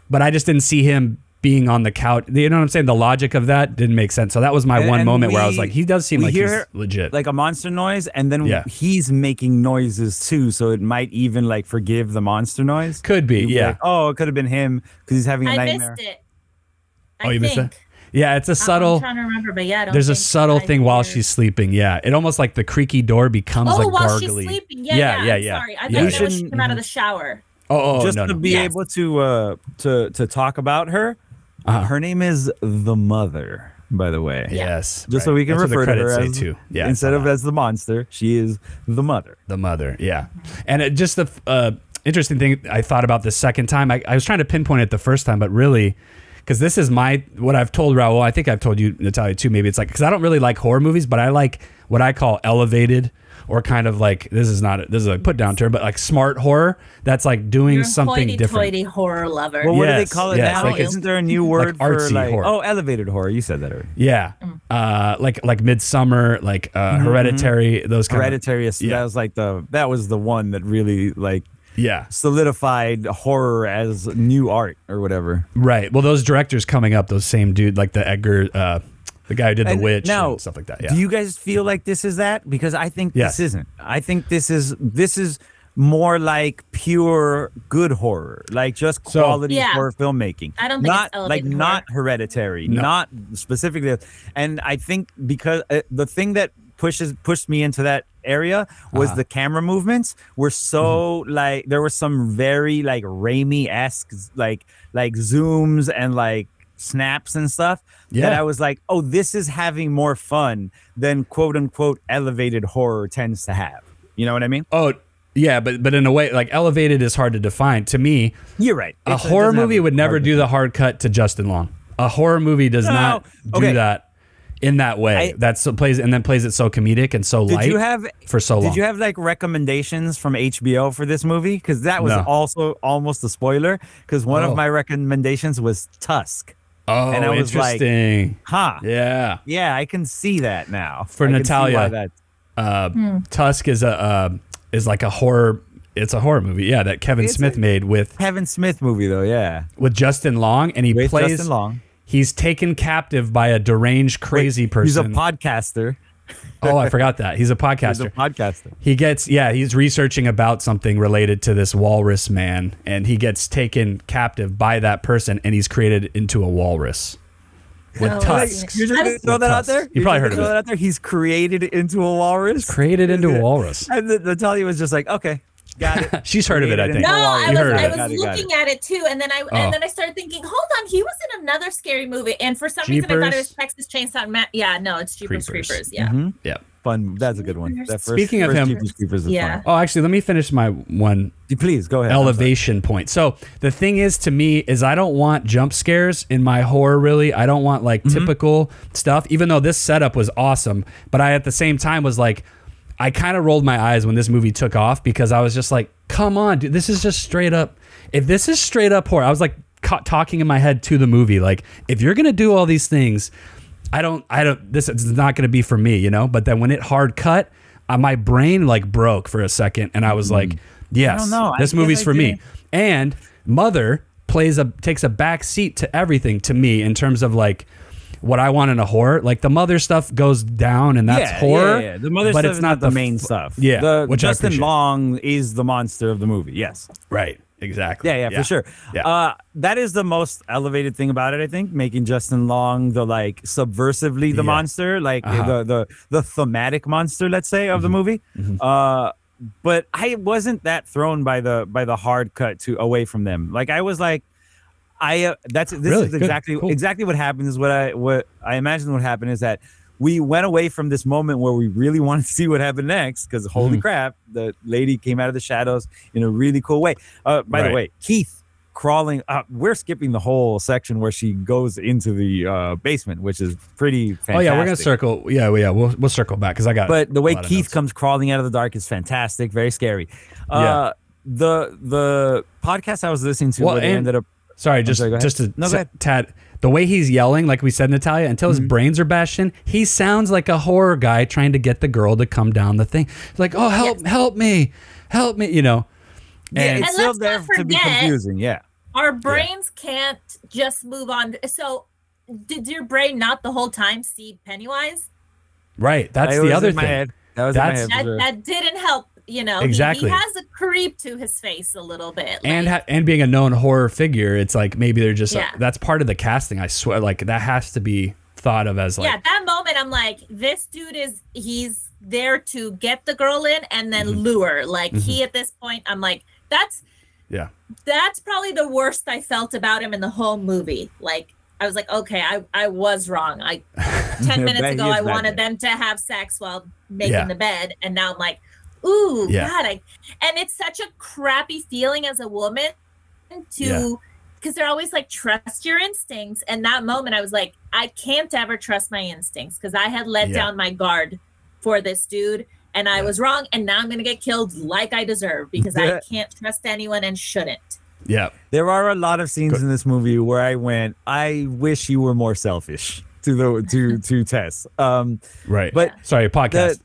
S6: But I just didn't see him being on the couch. You know what I'm saying? The logic of that didn't make sense. So that was my
S7: And-
S6: one
S7: and
S6: moment where I was
S7: we-
S6: like, he does seem
S7: we
S6: like
S7: hear,
S6: he's legit.
S7: Like a monster noise, and then
S6: Yeah.
S7: he's making noises too, so it might even like forgive the monster noise.
S6: could be,
S7: You'd
S6: yeah.
S7: like, oh, it could have been him because he's having a
S8: I
S7: nightmare.
S8: missed it.
S6: oh,
S8: I
S6: you missed
S8: think.
S6: that? Yeah, it's a
S8: I'm
S6: subtle
S8: trying to remember, but yeah, I don't
S6: there's a
S8: think
S6: subtle
S8: I
S6: thing while
S8: did.
S6: she's sleeping. Yeah, it almost like the creaky door becomes
S8: Oh,
S6: like
S8: while
S6: gargly.
S8: she's sleeping. Yeah,
S6: Yeah,
S8: yeah,
S6: yeah,
S8: I'm
S6: yeah.
S8: Sorry, I
S6: Yeah.
S8: thought
S6: We
S8: that was she
S7: shouldn't-
S8: came out of the shower.
S6: Oh, oh
S7: Just
S6: no,
S7: to
S6: no.
S7: be
S8: Yes.
S7: able to uh to to talk about her,
S6: Uh-huh.
S7: Her name is the mother, by the way.
S6: Yes.
S7: Just so
S6: right.
S7: we can
S6: That's what the
S7: refer to her
S6: credits say,
S7: as
S6: too. Yeah,
S7: instead of
S6: uh-huh.
S7: as the monster, she is the mother.
S6: the mother yeah and it, just the uh, interesting thing i thought about the second time I, I was trying to pinpoint it the first time but really because this is my what i've told raul i think i've told you natalia too maybe it's like because i don't really like horror movies but i like what i call elevated or kind of like this is not this is a put down term but like smart horror that's like doing
S8: You're
S6: something different
S8: hoity-toity horror lover.
S7: Well, what do they
S6: Yes,
S7: call it
S6: yes,
S7: now?
S8: like
S7: Isn't there a new word
S6: artsy
S7: for like
S6: horror.
S7: oh elevated horror? You said that already.
S6: yeah uh like like midsummer like uh hereditary those kind
S7: Mm-hmm, Hereditary. is
S6: yeah.
S7: That was like the that was the one that really like
S6: of yeah
S7: solidified horror as new art or whatever.
S6: right well those directors coming up those same dude like the edgar uh the guy who did the witch
S7: now,
S6: and stuff like that yeah
S7: Do you guys feel like this is that? Because I think
S6: Yes.
S7: this isn't. I think this is this is more like pure good horror, like just
S6: So-
S7: quality
S8: Yeah.
S7: horror filmmaking.
S8: I don't think
S7: not
S8: it's
S7: like
S8: elevated
S7: not hereditary,
S6: No.
S7: not specifically. And I think because uh, the thing that pushes pushed me into that area was
S6: Uh-huh.
S7: the camera movements were so
S6: Mm-hmm.
S7: like there were some very like Raimi esque like like zooms and like snaps and stuff that
S6: Yeah.
S7: I was like, oh, this is having more fun than quote unquote elevated horror tends to have. You know what I mean?
S6: Oh, yeah, but but in a way, like elevated is hard to define. To me,
S7: You're right.
S6: a
S7: It's- it
S6: horror
S7: doesn't have
S6: movie
S7: a
S6: would never
S7: hard-
S6: do the hard cut to Justin Long. A horror movie does
S7: No.
S6: not do
S7: Okay.
S6: that in that way.
S7: I-
S6: That's so plays and then plays it so comedic and so
S7: Did
S6: light
S7: you have
S6: for so
S7: Did
S6: long.
S7: you have like recommendations from HBO for this movie? Because that was
S6: No.
S7: also almost a spoiler. Because one
S6: Oh.
S7: of my recommendations was Tusk.
S6: oh,
S7: and I was like- "Ah."
S6: interesting.
S7: Huh. Yeah,
S6: yeah.
S7: I can see that now.
S6: For
S7: I can see
S6: Natalia.
S7: why that-
S6: Uh, Tusk is a uh, is like a horror. It's a horror movie, yeah, that Kevin
S7: It's
S6: Smith
S7: a-
S6: made with
S7: Kevin Smith movie though, yeah.
S6: with Justin Long, and he
S7: With
S6: plays
S7: Justin Long.
S6: He's taken captive by a deranged, crazy person.
S7: He's a podcaster.
S6: oh, I forgot that he's a podcaster.
S7: He's a podcaster.
S6: He gets yeah, he's researching about something related to this walrus man and he gets taken captive by that person and he's created into a walrus with
S8: Oh,
S6: tusks.
S7: You're just
S8: I
S7: gonna
S8: was-
S7: throw that out
S6: Tusk.
S7: there.
S6: You
S7: You're
S6: probably
S7: just
S6: heard of
S7: gonna
S6: it.
S7: throw that out there. He's created into a walrus.
S6: Created into a walrus.
S7: And the- Natalia was just like, okay, got it.
S6: She's heard of it, I
S7: Created
S6: think.
S7: into
S8: No,
S7: a walrus.
S8: I
S6: You heard of
S8: was, I
S6: it.
S8: was
S7: Got it, got it.
S8: looking at it too, and then I
S6: Oh.
S8: and then I started thinking, hold on, he was in another scary movie, and for some reason I thought it was Texas Chainsaw. Ma- yeah, no, it's Jeepers
S6: Creepers. Mm-hmm.
S8: Creepers. Yeah,
S7: Mhm.
S6: Yeah.
S7: Fun. That's a good one. That first,
S6: Speaking of
S7: first
S6: him-
S7: Jeepers Creepers is
S8: Yeah.
S7: fun.
S6: Oh, actually, let me finish my one
S7: Please go ahead. I'm sorry.
S6: elevation point. So the thing is to me is I don't want jump scares in my horror really. I don't want
S7: Mm-hmm.
S6: like typical stuff, even though this setup was awesome. But I at the same time was like, I kind of rolled my eyes when this movie took off because I was just like, come on, dude, this is just straight up. If this is straight up horror, I was like ca- talking in my head to the movie, like, if you're gonna do all these things, I don't, I don't, this is not going to be for me, you know? But then when it hard cut, uh, my brain like broke for a second and I was
S7: Mm.
S6: like, yes,
S7: know. I
S6: this
S7: guess
S6: movie's
S7: I
S6: for me.
S7: didn't-
S6: And Mother plays a, takes a back seat to everything to me in terms of like, what I want in a horror, like the mother stuff goes down and that's
S7: yeah,
S6: horror.
S7: Yeah, yeah. The mother
S6: but
S7: stuff
S6: it's
S7: is
S6: not
S7: the,
S6: the
S7: main
S6: f-
S7: stuff.
S6: Yeah,
S7: The,
S6: which I
S7: Justin
S6: appreciate.
S7: Long is the monster of the movie. Yes.
S6: Right. Exactly.
S7: Yeah, yeah, for sure.
S6: Yeah.
S7: Uh, that is the most elevated thing about it, I think, making Justin Long the like subversively the
S6: Yeah. Uh-huh.
S7: monster, like the, the the thematic monster, let's say, of the
S6: Mm-hmm.
S7: movie. Uh, but I wasn't that thrown by the by the hard cut to away from them. Like I was like, I uh, that's this
S6: Really?
S7: is
S6: Good.
S7: exactly
S6: Cool.
S7: exactly what happened is what I what I imagine would happen is that we went away from this moment where we really wanted to see what happened next because holy
S6: Mm-hmm.
S7: crap, the lady came out of the shadows in a really cool way. Uh, by
S6: Right.
S7: the way, Keith crawling up. We're skipping the whole section where she goes into the uh, basement, which is pretty. fantastic.
S6: Oh yeah, we're gonna circle. Yeah, well, yeah, we'll we'll circle back because I got.
S7: But the
S6: a
S7: way
S6: lot of
S7: Keith
S6: notes.
S7: comes crawling out of the dark is fantastic. Very scary. Uh, The the podcast I was listening to
S6: Well,
S7: where they
S6: and-
S7: ended up
S6: Sorry, just
S7: sorry, go ahead.
S6: just to
S7: No, go
S6: sa-
S7: ahead. Mm-hmm.
S6: Tad. The way he's yelling, like we said, Natalia, until his brains are bashed in, he sounds like a horror guy trying to get the girl to come down the thing. It's Like, oh, help, help me, help me, you know.
S7: and
S8: And
S7: it's still
S8: let's
S7: there
S8: not
S7: to be
S8: forget-
S7: confusing. Yeah.
S8: our brains can't just move on. So, did your brain not the whole time see Pennywise?
S6: Right.
S7: I
S6: That's
S7: was
S6: the
S7: in
S6: other
S7: my
S6: thing.
S7: head. That was in my
S6: That's-
S8: That
S7: head. for sure.
S8: that didn't help. You know, He-
S6: Exactly.
S8: He, has a creep to his face a little bit.
S6: And
S8: like,
S6: ha- and being a known horror figure, it's like maybe they're just uh,
S8: Yeah.
S6: that's part of the casting. I swear, like that has to be thought of as like
S8: yeah, that moment I'm like, this dude is he's there to get the girl in and then lure. Like he at this point, I'm like, that's
S6: yeah.
S8: that's probably the worst I felt about him in the whole movie. Like I was like, okay, I, I was wrong. I ten minutes
S7: That
S8: ago
S7: is
S8: I
S7: that
S8: wanted
S7: day.
S8: them to have sex while making
S6: Yeah.
S8: the bed, and now I'm like, ooh,
S6: Yeah.
S8: God, I, and it's such a crappy feeling as a woman to
S6: Yeah.
S8: because they're always like trust your instincts and that moment i was like i can't ever trust my instincts because i had let
S6: Yeah.
S8: down my guard for this dude and i was wrong and now i'm gonna get killed like i deserve because i
S7: Yeah.
S8: can't trust anyone and shouldn't
S6: Yeah.
S7: There are a lot of scenes
S6: Good.
S7: in this movie where I went, I wish you were more selfish to the to to Tess. Um,
S6: Right.
S7: But-
S6: sorry, podcast.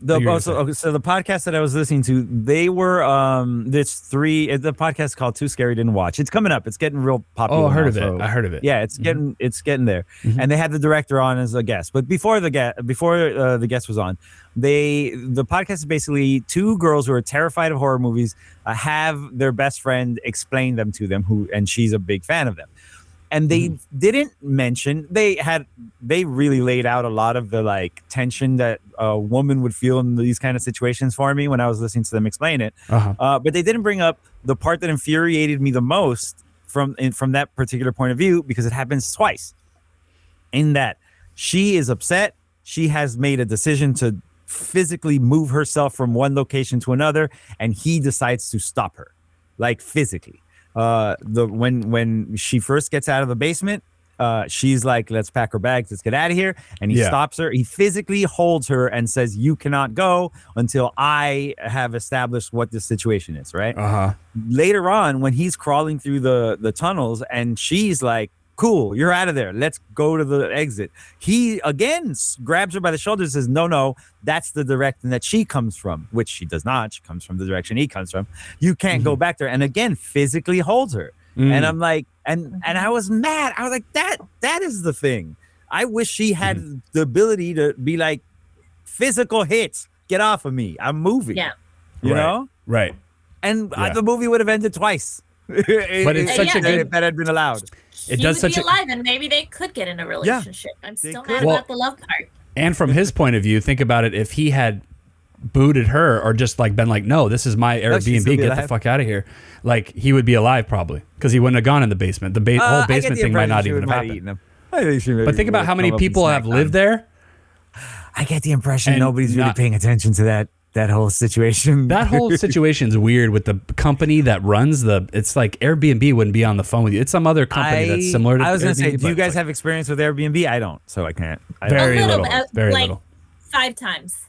S7: the
S6: You were gonna
S7: also
S6: say.
S7: okay, so the podcast that I was listening to, they were um this three the podcast called Too Scary Didn't Watch. It's coming up. It's getting real popular.
S6: oh, I heard
S7: now,
S6: of it.
S7: so-
S6: I heard of it. Mm-hmm.
S7: yeah, it's getting it's getting there. And they had the director on as a guest, but before the guest before uh, the guest was on, they the podcast is basically two girls who are terrified of horror movies uh, have their best friend explain them to them, who and she's a big fan of them. And they
S6: Mm-hmm.
S7: didn't mention they had they really laid out a lot of the like tension that a woman would feel in these kind of situations for me when I was listening to them explain it.
S6: Uh-huh.
S7: Uh, but they didn't bring up the part that infuriated me the most from in, from that particular point of view because it happens twice. In that she is upset, she has made a decision to physically move herself from one location to another, and he decides to stop her, like physically. Uh, the when when she first gets out of the basement. Uh, she's like, let's pack her bags, let's get out of here. And he
S6: Yeah.
S7: stops her. He physically holds her and says, You cannot go until I have established what this situation is, right?
S6: Uh-huh.
S7: later on when he's crawling through the the tunnels and she's like cool you're out of there let's go to the exit he again s- grabs her by the shoulder and says no no that's the direction that she comes from which she does not she comes from the direction he comes from you can't go back there and again physically holds her and i'm like and and i was mad i was like that that is the thing i wish she had the ability to be like physical hits get off of me i'm moving
S8: Yeah.
S7: you
S6: Right.
S7: know
S6: Right.
S7: and uh
S6: Yeah.
S7: the movie would have ended twice. but
S6: it's
S8: such a good-
S7: if that had been allowed.
S6: It
S8: he
S6: does
S8: would
S6: such
S8: be
S6: a-
S8: alive and maybe they could get in a relationship i'm still
S7: could.
S8: mad
S6: Well-
S8: about the love part
S6: And from his point of view, think about it if he had booted her or just like been like, "No, this is my
S7: No, she'd
S6: Airbnb.
S7: still be
S6: Get the
S7: alive.
S6: fuck out of here." Like he would be alive probably cuz he wouldn't have gone in the basement. The ba-
S7: Uh,
S6: whole
S7: I get
S6: basement
S7: the
S6: thing might
S7: impression
S6: not
S7: she
S6: even
S7: would
S6: have
S7: might
S6: happened.
S7: eaten him. I think she
S6: But
S7: maybe
S6: think about
S7: would've
S6: how many
S7: come up and
S6: people have
S7: snacked on
S6: lived
S7: him.
S6: there.
S7: I get the impression
S6: and
S7: nobody's really
S6: not-
S7: paying attention to that that whole situation.
S6: That whole situation's weird with the company that runs the. It's like Airbnb wouldn't be on the phone with you. It's some other company that's similar to.
S7: I was gonna say,
S6: Airbnb,
S7: do you
S6: but
S7: guys
S6: it's like
S7: have experience with Airbnb? I don't, so I can't. I
S6: very
S8: A
S6: little,
S8: little, uh,
S6: very
S8: like-
S6: little?
S8: five times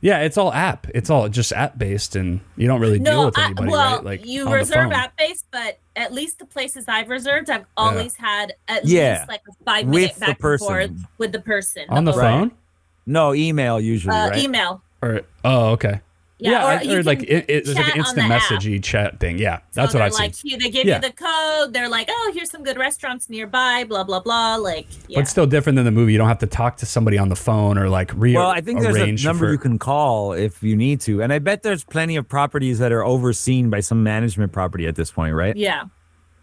S6: Yeah, it's all app. It's all just app based, and you don't really deal
S8: no
S6: with
S8: I,
S6: anybody,
S8: well
S6: right? Like
S8: you
S6: on the
S8: reserve
S6: phone.
S8: app base but at least the places i've reserved i've always had at
S7: Yeah.
S8: least like a five
S7: With
S8: minute
S7: the
S8: back and
S7: person.
S8: forth with the person
S6: on the
S8: whole-
S7: Right.
S6: phone
S7: no email usually,
S8: uh,
S7: right?
S8: email
S6: or oh okay
S8: Yeah, or
S6: I
S8: you
S6: heard like
S8: can
S6: it, it, there's like
S8: chat
S6: an
S8: on
S6: instant
S8: the app.
S6: messagey chat thing. Yeah,
S8: So
S6: that's what
S8: they're
S6: I've
S8: like,
S6: seen.
S8: you- They give
S6: Yeah.
S8: you the code. They're like, oh, here's some good restaurants nearby. Blah blah blah. Like, yeah.
S6: But still different than the movie. You don't have to talk to somebody on the phone or like rearrange.
S7: Well, I think there's a number
S6: for,
S7: you can call if you need to, and I bet there's plenty of properties that are overseen by some management property at this point, right?
S8: yeah.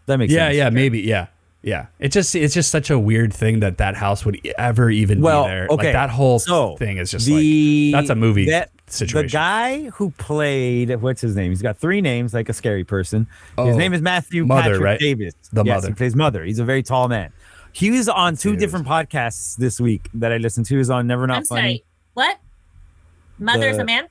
S7: That makes
S6: Yeah,
S7: sense.
S6: yeah, maybe, yeah, yeah. It just it's just such a weird thing that that house would e- ever even
S7: Well,
S6: be there.
S7: okay,
S6: Like that whole
S7: so
S6: thing is just
S7: the-
S6: like that's a movie
S7: that-
S6: situation.
S7: The guy who played what's his name? He's got three names, like a scary person. his
S6: Oh,
S7: name is Matthew
S6: Mother,
S7: Patrick
S6: right?
S7: Davis.
S6: The
S7: yes,
S6: Mother.
S7: He plays mother. He's a very tall man. He was on two
S6: Dude.
S7: different podcasts this week that I listened to. He was on Never Not
S8: I'm
S7: Funny.
S8: sorry. What? Mother's
S7: The-
S8: a man.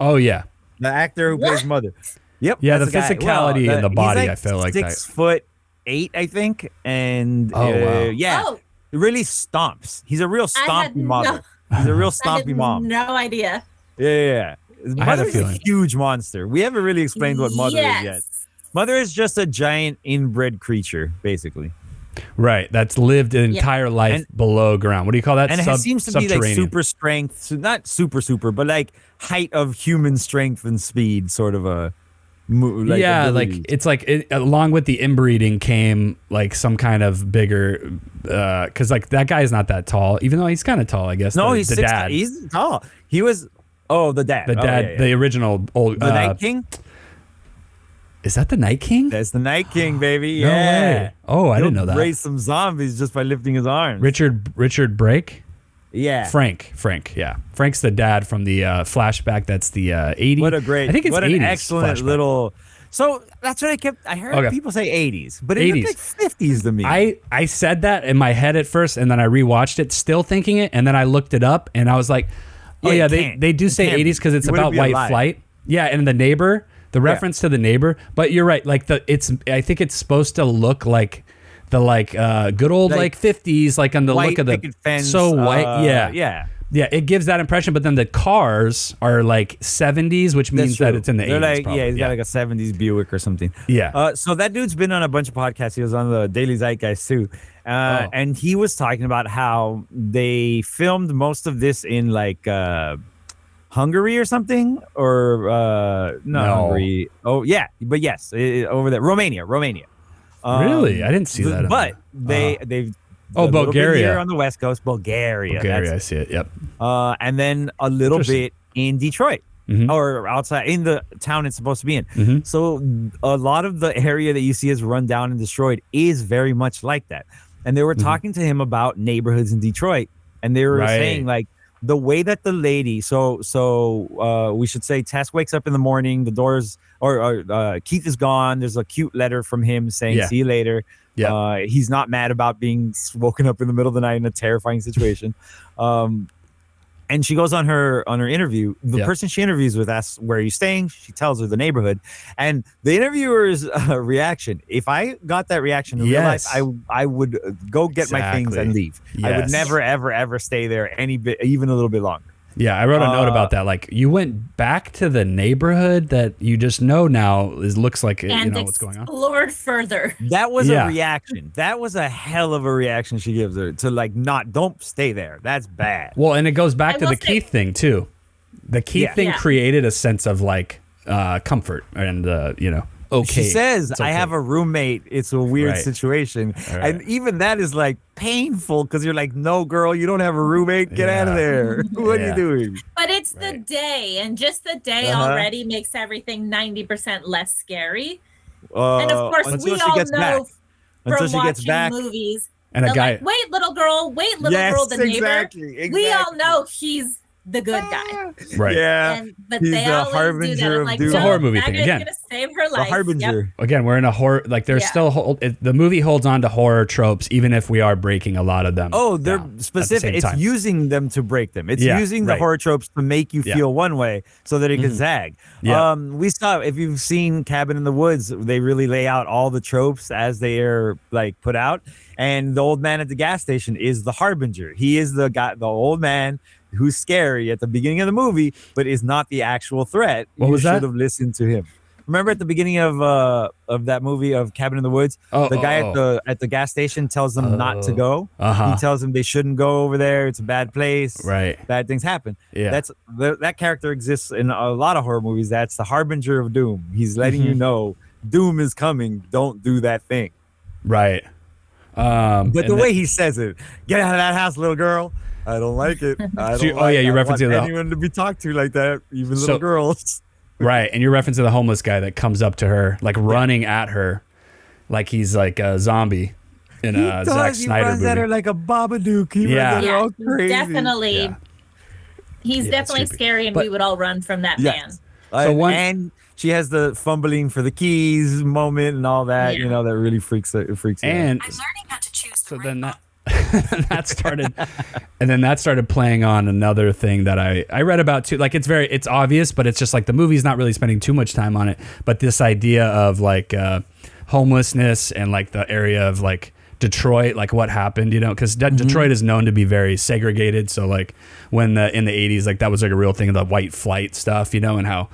S6: oh yeah,
S7: The actor who plays
S8: What?
S7: mother. Yep.
S6: Yeah,
S7: that's
S6: the
S7: guy.
S6: physicality in the
S7: he's
S6: body, I feel like
S7: six foot eight, I think, and
S6: Oh,
S7: uh,
S6: wow.
S7: yeah,
S8: Oh,
S7: really stomps. He's a real
S8: I had
S7: stompy mother. He's a real
S8: I had
S7: stompy mom.
S8: no idea.
S7: Yeah, yeah, yeah.
S6: I had
S7: Mother
S6: a
S7: is a
S6: feeling.
S7: huge monster. We haven't really explained what mother
S8: yes.
S7: is yet. Mother is just a giant inbred creature, basically,
S6: right. That's lived an
S8: Yeah.
S6: entire life
S7: And-
S6: below ground. What do you call that?
S7: and
S6: Sub-
S7: it seems to be like
S6: subterranean.
S7: super strength, so not super super, but like height of human strength and speed, sort of a. mo- Like
S6: yeah, like
S7: ability.
S6: it's like it, along with the inbreeding came like some kind of bigger, because like that guy is not that tall, even though he's kind of tall, I guess.
S7: no,
S6: the,
S7: he's
S6: the
S7: six,
S6: dad,
S7: He's tall. He was. Oh, the dad.
S6: the
S7: Oh,
S6: dad,
S7: yeah, yeah.
S6: the original old.
S7: The
S6: uh,
S7: Night King.
S6: Is that the Night King?
S7: That's the Night King, baby.
S6: No
S7: yeah.
S6: way. Oh, I didn't know that.
S7: Raise some zombies just by lifting his arms.
S6: Richard Richard Brake.
S7: Yeah.
S6: Frank, Frank, yeah, Frank's the dad from the uh, flashback. That's the uh, 80s.
S7: What a great,
S6: I think it's
S7: what
S6: 80s
S7: an excellent
S6: flashback.
S7: little. So that's what I kept. I heard
S6: Okay.
S7: people say 80s, but it
S6: 80s.
S7: looked like 50s to me.
S6: I, I said that in my head at first, and then I rewatched it, still thinking it, and then I looked it up, and I was like,
S7: Yeah,
S6: "Oh
S7: it
S6: yeah, they,
S7: can't-
S6: they do
S7: it
S6: say
S7: can't be.
S6: '80s because it's
S7: You wouldn't
S6: about
S7: be
S6: white
S7: alive.
S6: flight." Yeah, and the neighbor, the reference to the neighbor. But you're right, like the it's I think it's supposed to look like the like uh, good old
S7: Like,
S6: like '50s, like on the
S7: white
S6: look of the
S7: picket fence.
S6: so white,
S7: uh,
S6: yeah,
S7: yeah.
S6: yeah. It gives that impression, but then the cars are like '70s, which
S7: That's
S6: means that
S7: true.
S6: it's in the
S7: They're
S6: '80s.
S7: Like,
S6: probably.
S7: yeah, he's got like a 70s Buick or something.
S6: Yeah.
S7: Uh, so that dude's been on a bunch of podcasts. He was on the Daily Zeitgeist too. Uh,
S6: Oh.
S7: And he was talking about how they filmed most of this in like uh, Hungary or something, or uh, not
S6: No.
S7: Hungary. Oh, yeah. But yes, i- i- over there. Romania, Romania. Um,
S6: Really? I didn't see
S7: th-
S6: that in
S7: But they,
S6: Uh-huh.
S7: they've. a
S6: Oh,
S7: little bit
S6: Bulgaria.
S7: here on the West Coast, Bulgaria.
S6: okay,
S7: that's
S6: I see it. Yep.
S7: uh, and then a little
S6: Interesting.
S7: bit in Detroit
S6: Mhm.
S7: or outside in the town it's supposed to be in.
S6: Mhm.
S7: So a lot of the area that you see is run down and destroyed is very much like that. And they were talking to him about neighborhoods in Detroit, and they were
S6: Mm-hmm. Right.
S7: saying like the way that the lady. So so uh, we should say Tess wakes up in the morning. The doors or, or uh, Keith is gone. There's a cute letter from him saying
S6: Yeah.
S7: see you later.
S6: Yeah.
S7: Uh, he's not mad about being woken up in the middle of the night in a terrifying situation. um, and she goes on her on her interview. The
S6: Yeah.
S7: person she interviews with asks, "Where are you staying?" She tells her the neighborhood, and the interviewer's uh, reaction. If I got that reaction in
S6: Yes.
S7: real life, I I would uh, go get my things
S6: Exactly.
S7: and leave. I would
S6: Yes.
S7: never ever ever stay there any bit, even a little bit longer.
S6: Yeah, I wrote a note
S7: Uh,
S6: about that. Like you went back to the neighborhood that you just know now is looks like it, you
S8: and
S6: know what's going on.
S8: explored further.
S7: That was
S6: Yeah.
S7: a reaction. That was a hell of a reaction she gives her to like not don't stay there. That's bad.
S6: Well, and it goes back
S8: I
S6: to
S8: will
S6: the
S8: say-
S6: Keith thing too. The Keith
S7: Yeah.
S6: thing
S8: Yeah.
S6: created a sense of like uh, comfort and uh, you know okay.
S7: She says,
S6: it's
S7: I
S6: okay."
S7: have a roommate. It's a weird
S6: Right.
S7: situation.
S6: Right.
S7: And even that is like painful because you're like, no, girl, you don't have a roommate. Get out of
S6: Yeah.
S7: there. what
S6: Yeah.
S7: are you doing?
S8: But it's the
S6: Right.
S8: day, and just the day
S7: Uh-huh.
S8: already makes everything 90% less scary.
S7: Uh,
S8: and of course,
S7: until
S8: we
S7: she
S8: all
S7: gets back.
S8: know from
S7: Until she
S8: watching
S7: gets back.
S8: movies.
S6: and a
S8: that,
S6: guy.
S8: like, wait, little girl, wait, little
S7: yes,
S8: girl, the neighbor.
S7: exactly,
S8: We all
S7: exactly.
S8: know he's the good guy.
S6: right.
S7: Yeah.
S8: And, but
S7: he's
S8: they
S7: the
S8: always do that.
S7: harbinger
S8: I'm
S7: of
S8: like,
S7: doom.
S6: It's a
S8: no,
S6: horror movie
S8: that
S6: thing.
S8: guy's
S6: Again,
S8: gonna save her
S7: the
S8: life. Yep.
S7: harbinger.
S6: Again, we're in a horror. Like there's
S8: Yeah.
S6: still hol- it, the movie holds on to horror tropes, even if we are breaking a lot of them.
S7: Oh, they're
S6: down at the same
S7: specific. It's
S6: time.
S7: using them to break them. It's
S6: Yeah,
S7: using the
S6: right.
S7: horror tropes to make you
S6: Yeah.
S7: feel one way so that it can
S6: Mhm.
S7: zag.
S6: Yeah.
S7: Um, we saw if you've seen Cabin in the Woods, they really lay out all the tropes as they are like put out. And the old man at the gas station is the harbinger. He is the guy, the old man who's scary at the beginning of the movie, but is not the actual threat.
S6: What
S7: you
S6: was
S7: should
S6: that?
S7: have listened to him. Remember at the beginning of uh of that movie of Cabin in the Woods,
S6: Oh,
S7: the
S6: oh,
S7: guy
S6: oh.
S7: at the at the gas station tells them not to
S6: Oh.
S7: go
S6: Uh-huh.
S7: he tells them they shouldn't go over there. It's a bad place.
S6: right.
S7: Bad things happen.
S6: Yeah.
S7: That's th- that character exists in a lot of horror movies. That's the harbinger of doom. He's letting you
S6: Mm-hmm.
S7: know doom is coming. Don't do that thing.
S6: right. Um,
S7: But
S6: and
S7: the
S6: then-
S7: way he says it, get out of that house, little girl. I don't like it. I
S6: So you-
S7: don't
S6: oh, yeah,
S7: like-
S6: you're
S7: I don't want
S6: referencing the-
S7: anyone to be talked to like that, even
S6: So-
S7: little girls.
S6: Right, and you're referencing the homeless guy that comes up to her, like running at her, like he's like a zombie in
S7: He
S6: a uh, Zack
S7: does. He
S6: Snyder
S7: runs
S6: movie.
S7: at her like a Babadook. He
S6: Yeah.
S7: runs at her
S8: Yeah,
S7: all crazy.
S8: definitely.
S6: Yeah.
S8: He's
S6: Yeah, it's
S8: definitely
S6: creepy.
S8: scary, and
S6: But-
S8: we would all run from that
S7: Yes.
S8: man.
S7: and,
S6: one-
S7: and she has the fumbling for the keys moment and all that. You
S8: Yeah.
S7: know that really freaks it freaks. me out.
S6: and so then that that started, and then that started playing on another thing that I I read about too. Like it's very it's obvious, but it's just like the movie's not really spending too much time on it. But this idea of like uh, homelessness and like the area of like. Detroit, like what happened, you know, because Detroit is known to be very segregated. So, like, when the in the 80s, like that was like a real thing, the white flight stuff, you know, and how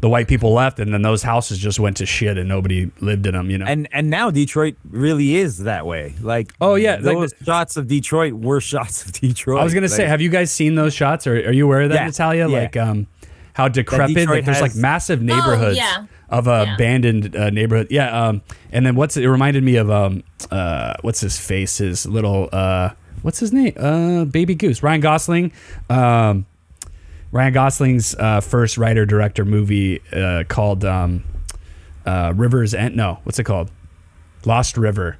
S6: the white people left and then those houses just went to shit and nobody lived in them, you know.
S7: and and now Detroit really is that way. Like
S6: Oh, yeah, like
S7: those shots of Detroit were shots of Detroit.
S6: I was gonna
S7: Like,
S6: say, have you guys seen those shots? Or are you aware of that,
S7: Yeah,
S6: Natalia?
S7: yeah.
S6: Like, um, how decrepit.
S7: Detroit
S6: Like, there's like
S7: has-
S6: massive neighborhoods
S8: Oh, yeah.
S6: of uh,
S8: Yeah.
S6: abandoned uh, neighborhood. Yeah. Um, and then what's it reminded me of? Um, uh, what's his face? His little uh, what's his name? Uh, Baby Goose. Ryan Gosling. Um, Ryan Gosling's uh, first writer director movie uh, called um, uh, Rivers End. No, what's it called? Lost River.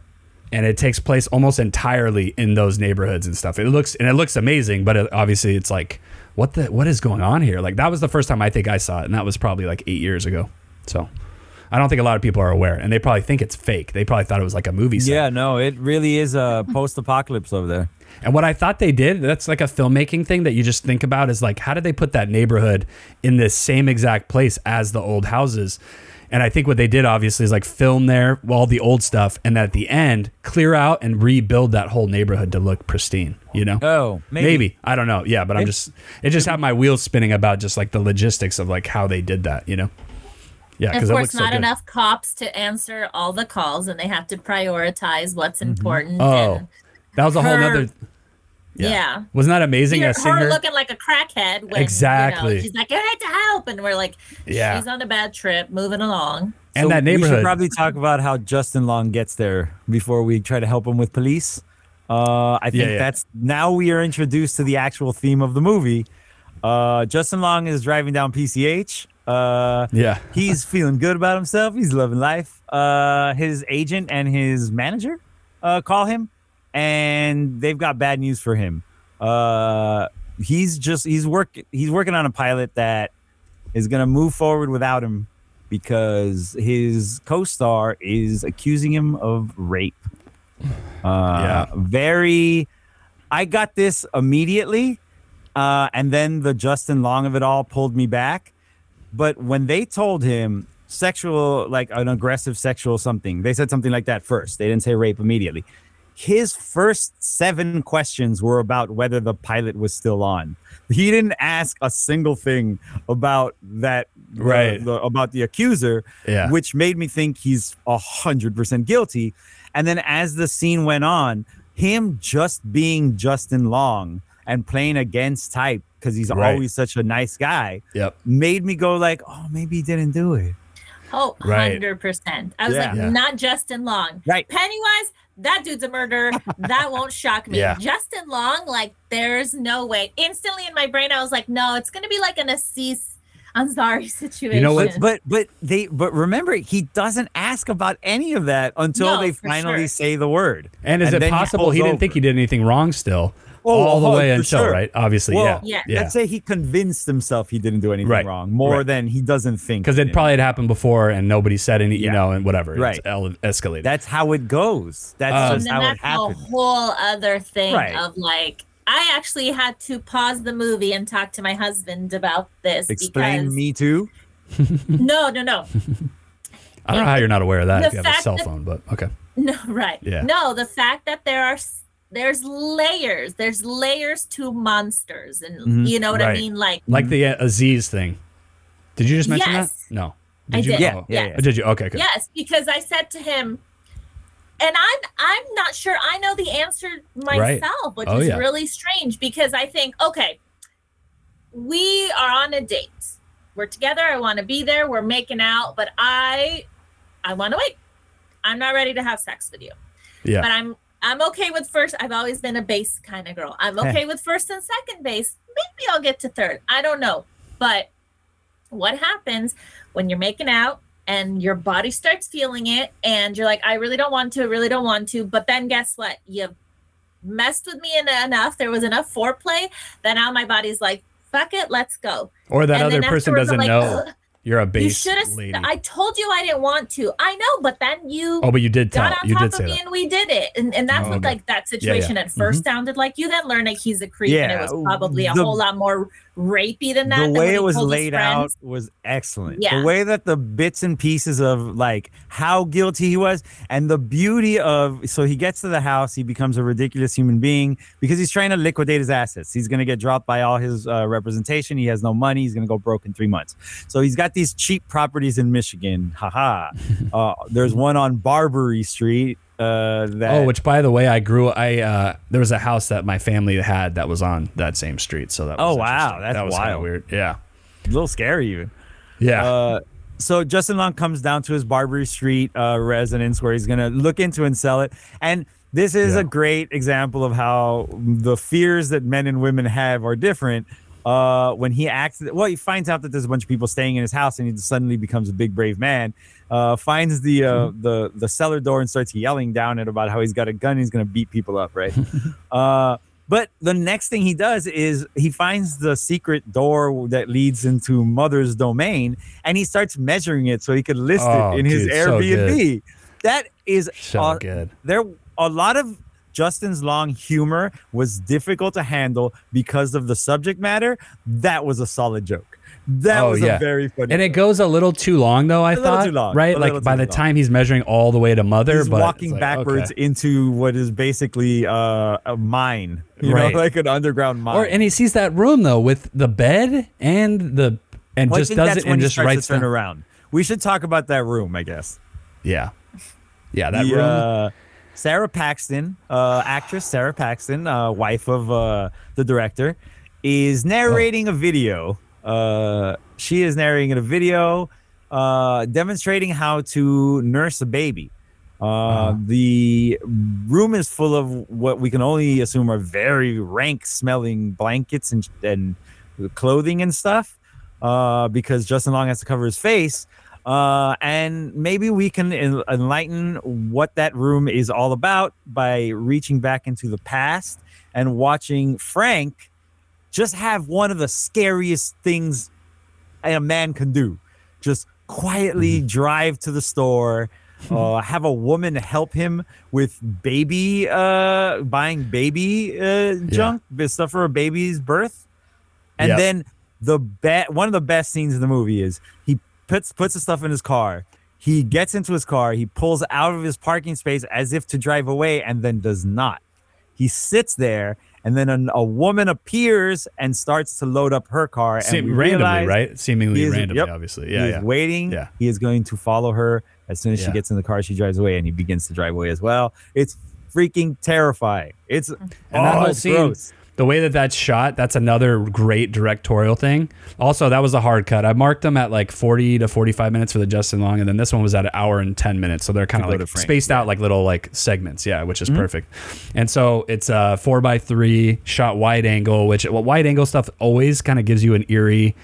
S6: And it takes place almost entirely in those neighborhoods and stuff. It looks and it looks amazing, but it, obviously it's like, what the what is going on here? Like that was the first time I think I saw it, and that was probably like eight years ago. So I don't think a lot of people are aware, and they probably think it's fake. They probably thought it was like a movie set.
S7: Yeah, no, it really is a post-apocalypse over there.
S6: And what I thought they did, that's like a filmmaking thing that you just think about is like, how did they put that neighborhood in the same exact place as the old houses? And I think what they did obviously is like film there all the old stuff, and then at the end, clear out and rebuild that whole neighborhood to look pristine. You know?
S7: Oh, maybe.
S6: I don't know. Yeah, but I'm just it just had my wheels spinning about just like the logistics of like how they did that. You know? Yeah,
S8: And
S6: because
S8: of
S6: it
S8: course,
S6: looks so
S8: not
S6: good.
S8: enough cops to answer all the calls, and they have to prioritize what's important.
S6: Oh,
S8: and
S6: that was a whole
S8: her-
S6: nother.
S8: yeah.
S6: Wasn't that amazing?
S8: Hear
S6: a singer.
S8: her looking like a crackhead. When, you know,
S6: Exactly.
S8: she's like, "I had to help," and we're like,
S6: Yeah.
S8: "She's on a bad trip, moving along."
S6: and
S7: So
S6: that
S7: We should
S6: neighborhood.
S7: probably talk about how Justin Long gets there before we try to help him with police. Uh, I think
S6: yeah.
S7: that's now we are introduced to the actual theme of the movie. Uh, Justin Long is driving down PCH. Uh,
S6: Yeah.
S7: he's feeling good about himself. He's loving life. Uh, his agent and his manager uh, call him, and they've got bad news for him. Uh, he's just he's work he's working on a pilot that is gonna move forward without him because his co-star is accusing him of rape. Uh,
S6: Yeah.
S7: Very. I got this immediately, uh, and then the Justin Long of it all pulled me back. But when they told him sexual, like an aggressive sexual something, they said something like that first. They didn't say rape immediately. His first seven questions were about whether the pilot was still on. He didn't ask a single thing about that, the-
S6: Right.
S7: the- about the accuser,
S6: Yeah.
S7: which made me think he's a hundred percent guilty. And then as the scene went on, him just being Justin Long and playing against type because he's
S6: Right.
S7: always such a nice guy
S6: Yep.
S7: made me go like, oh, maybe he didn't do it.
S8: Oh,
S6: Right.
S8: 100%. I was
S7: Yeah.
S8: like,
S6: Yeah.
S8: not Justin Long.
S7: Right.
S8: Pennywise, that dude's a murderer. that won't shock me.
S6: Yeah.
S8: Justin Long, like, there's no way. Instantly in my brain, I was like, no, it's going to be like an Assis Ansari situation.
S6: know what-
S7: But but but they but remember he doesn't ask about any of that until
S8: No,
S7: they
S8: for
S7: finally
S8: sure.
S7: say the word.
S6: And is
S7: And
S6: it
S7: then he
S6: possible
S7: pulls
S6: he didn't think
S7: over.
S6: he did anything wrong still?
S7: Oh,
S6: all the
S7: oh,
S6: way
S7: for
S6: until,
S7: sure.
S6: right? Obviously,
S7: Well,
S6: yeah.
S8: yeah.
S7: Let's say he convinced himself he didn't do anything
S6: Right.
S7: wrong more
S6: Right.
S7: than he doesn't think.
S6: Because
S7: he
S6: it
S7: did.
S6: probably had happened before and nobody said any, you
S7: Yeah.
S6: know, and whatever. It's
S7: Right.
S6: el- escalated.
S7: that's how it goes. That's
S6: Um,
S8: and
S7: just
S8: then
S7: how it
S8: that's a
S7: happens.
S8: whole other thing
S7: Right.
S8: of like, I actually had to pause the movie and talk to my husband about this.
S7: Explain
S8: because,
S7: me too.
S8: No, no, no.
S6: I don't know how you're not aware of that
S8: The
S6: if you have a
S8: fact
S6: cell
S8: that-
S6: phone, but okay.
S8: No, right.
S6: Yeah.
S8: No, the fact that there are s- there's layers, there's layers to monsters, and
S7: Mhm.
S8: you know what
S6: Mm-hmm. Right.
S8: I mean. Like,
S6: Like the uh, Aziz thing. Did you just mention
S8: Yes.
S6: that? No.
S8: I
S6: you?
S8: did.
S7: Yeah,
S6: Oh.
S7: yeah,
S6: Oh, Did you? Okay, good.
S8: yes, because I said to him, and I'm I'm not sure I know the answer
S6: Right.
S8: myself, which
S6: Oh,
S8: is
S6: yeah.
S8: really strange because I think okay, we are on a date. We're together. I want to be there. We're making out, but I I want to wait. I'm not ready to have sex with you.
S6: Yeah.
S8: but I'm I'm okay with first. I've always been a base kind of girl. I'm okay with first and second base. Maybe I'll get to third. I don't know. But what happens when you're making out and your body starts feeling it and you're like, I really don't want to, really don't want to. But then guess what? You messed with me en- enough. There was enough foreplay that now my body's like, fuck it, let's go.
S6: Or that
S8: And
S6: other
S8: then
S6: person
S8: afterwards,
S6: doesn't
S8: I'm like,
S6: know
S8: "Ugh,
S6: you're a
S8: You
S6: base
S8: should have.
S6: lady.
S8: I told you I didn't want to. I know, but then you
S6: oh, but you did tell.
S8: got on
S6: You
S8: top
S6: did
S8: of
S6: say
S8: me
S6: that.
S8: and we did it. And, and that's
S6: Oh,
S8: what
S6: okay.
S8: like that
S6: yeah.
S8: situation at 1st sounded like. You then learn that he's a creep and
S7: Mm-hmm. Yeah,
S8: it was probably a
S7: the-
S8: whole lot more rapey than that.
S7: the
S8: than when
S7: way
S8: he
S7: it was
S8: told his
S7: laid out
S8: friends.
S7: was excellent.
S8: Yeah.
S7: The way that the bits and pieces of like how guilty he was and the beauty of so he gets to the house, he becomes a ridiculous human being because he's trying to liquidate his assets. He's going to get dropped by all his uh, representation. He has no money. He's going to go broke in 3 months. So he's got these cheap properties in Michigan. Haha. uh, there's one on Barbary Street uh that
S6: Oh, which by the way, I grew. I uh, there was a house that my family had that was on that same street. So that. Was
S7: Oh, wow,
S6: interesting.
S7: that's
S6: that was kinda
S7: wild.
S6: weird. Yeah.
S7: a little scary even.
S6: Yeah.
S7: Uh, so Justin Long comes down to his Barbary Street uh, residence where he's gonna look into and sell it. And this is
S6: Yeah.
S7: a great example of how the fears that men and women have are different. Uh, when he acts, well, he finds out that there's a bunch of people staying in his house, and he suddenly becomes a big brave man. Uh, finds the uh, the the cellar door and starts yelling down at about how he's got a gun, he's gonna beat people up, right? uh, But the next thing he does is he finds the secret door that leads into Mother's Domain and he starts measuring it so he could list
S6: Oh,
S7: it in his
S6: dude, so
S7: Airbnb. that is
S6: So
S7: uh,
S6: good.
S7: there a lot of Justin's long humor was difficult to handle because of the subject matter. That was a solid joke. That
S6: Oh,
S7: was
S6: yeah.
S7: a very funny
S6: And it
S7: joke.
S6: goes a little too long, though. I
S7: little
S6: thought,
S7: too long.
S6: right?
S7: A
S6: Like
S7: little
S6: by
S7: too
S6: the
S7: long.
S6: time he's measuring all the way to mother,
S7: He's
S6: but it's
S7: walking
S6: like,
S7: backwards
S6: okay.
S7: into what is basically uh, a mine, you
S6: Right.
S7: know, like an underground mine.
S6: Or and he sees that room though with the bed and the and
S7: Well, I
S6: just
S7: think
S6: does
S7: that's
S6: it
S7: when
S6: and
S7: he
S6: just
S7: starts
S6: writes
S7: to turn
S6: down.
S7: around. We should talk about that room, I guess.
S6: Yeah, yeah, that
S7: The,
S6: room.
S7: uh, Sarah Paxton, uh, actress Sarah Paxton, uh, wife of uh, the director, is narrating
S6: Oh.
S7: a video. Uh, she is narrating a video uh, demonstrating how to nurse a baby. Uh,
S6: Uh-huh.
S7: The room is full of what we can only assume are very rank smelling blankets and, and clothing and stuff uh, because Justin Long has to cover his face. Uh, and maybe we can en- enlighten what that room is all about by reaching back into the past and watching Frank just have one of the scariest things a man can do just quietly drive to the store. Uh, have a woman help him with baby uh, buying baby uh, junk stuff for a baby's birth and
S6: Yep.
S7: then the be- one of the best scenes in the movie is he puts puts the stuff in his car. He gets into his car. He pulls out of his parking space as if to drive away, and then does not. He sits there, and then an, a woman appears and starts to load up her car. And
S6: Seem-
S7: we
S6: randomly,
S7: realize
S6: right? Seemingly
S7: he is-
S6: randomly,
S7: yep.
S6: obviously.
S7: He
S6: Yeah,
S7: is
S6: yeah.
S7: waiting.
S6: Yeah.
S7: He is going to follow her as soon as
S6: Yeah.
S7: she gets in the car. She drives away, and he begins to drive away as well. It's freaking terrifying. It's and
S6: And that whole scene,
S7: gross.
S6: the way that that's shot, that's another great directorial thing. Also, that was a hard cut. I marked them at like 40 to 45 minutes for the Justin Long, and then this one was at an hour and 10 minutes. So they're kind of
S7: go to
S6: like
S7: frame, Mm-hmm.
S6: spaced out like little like segments. Yeah, which is perfect. And so it's a four by three shot wide angle, which well, wide angle stuff always kind of gives you an eerie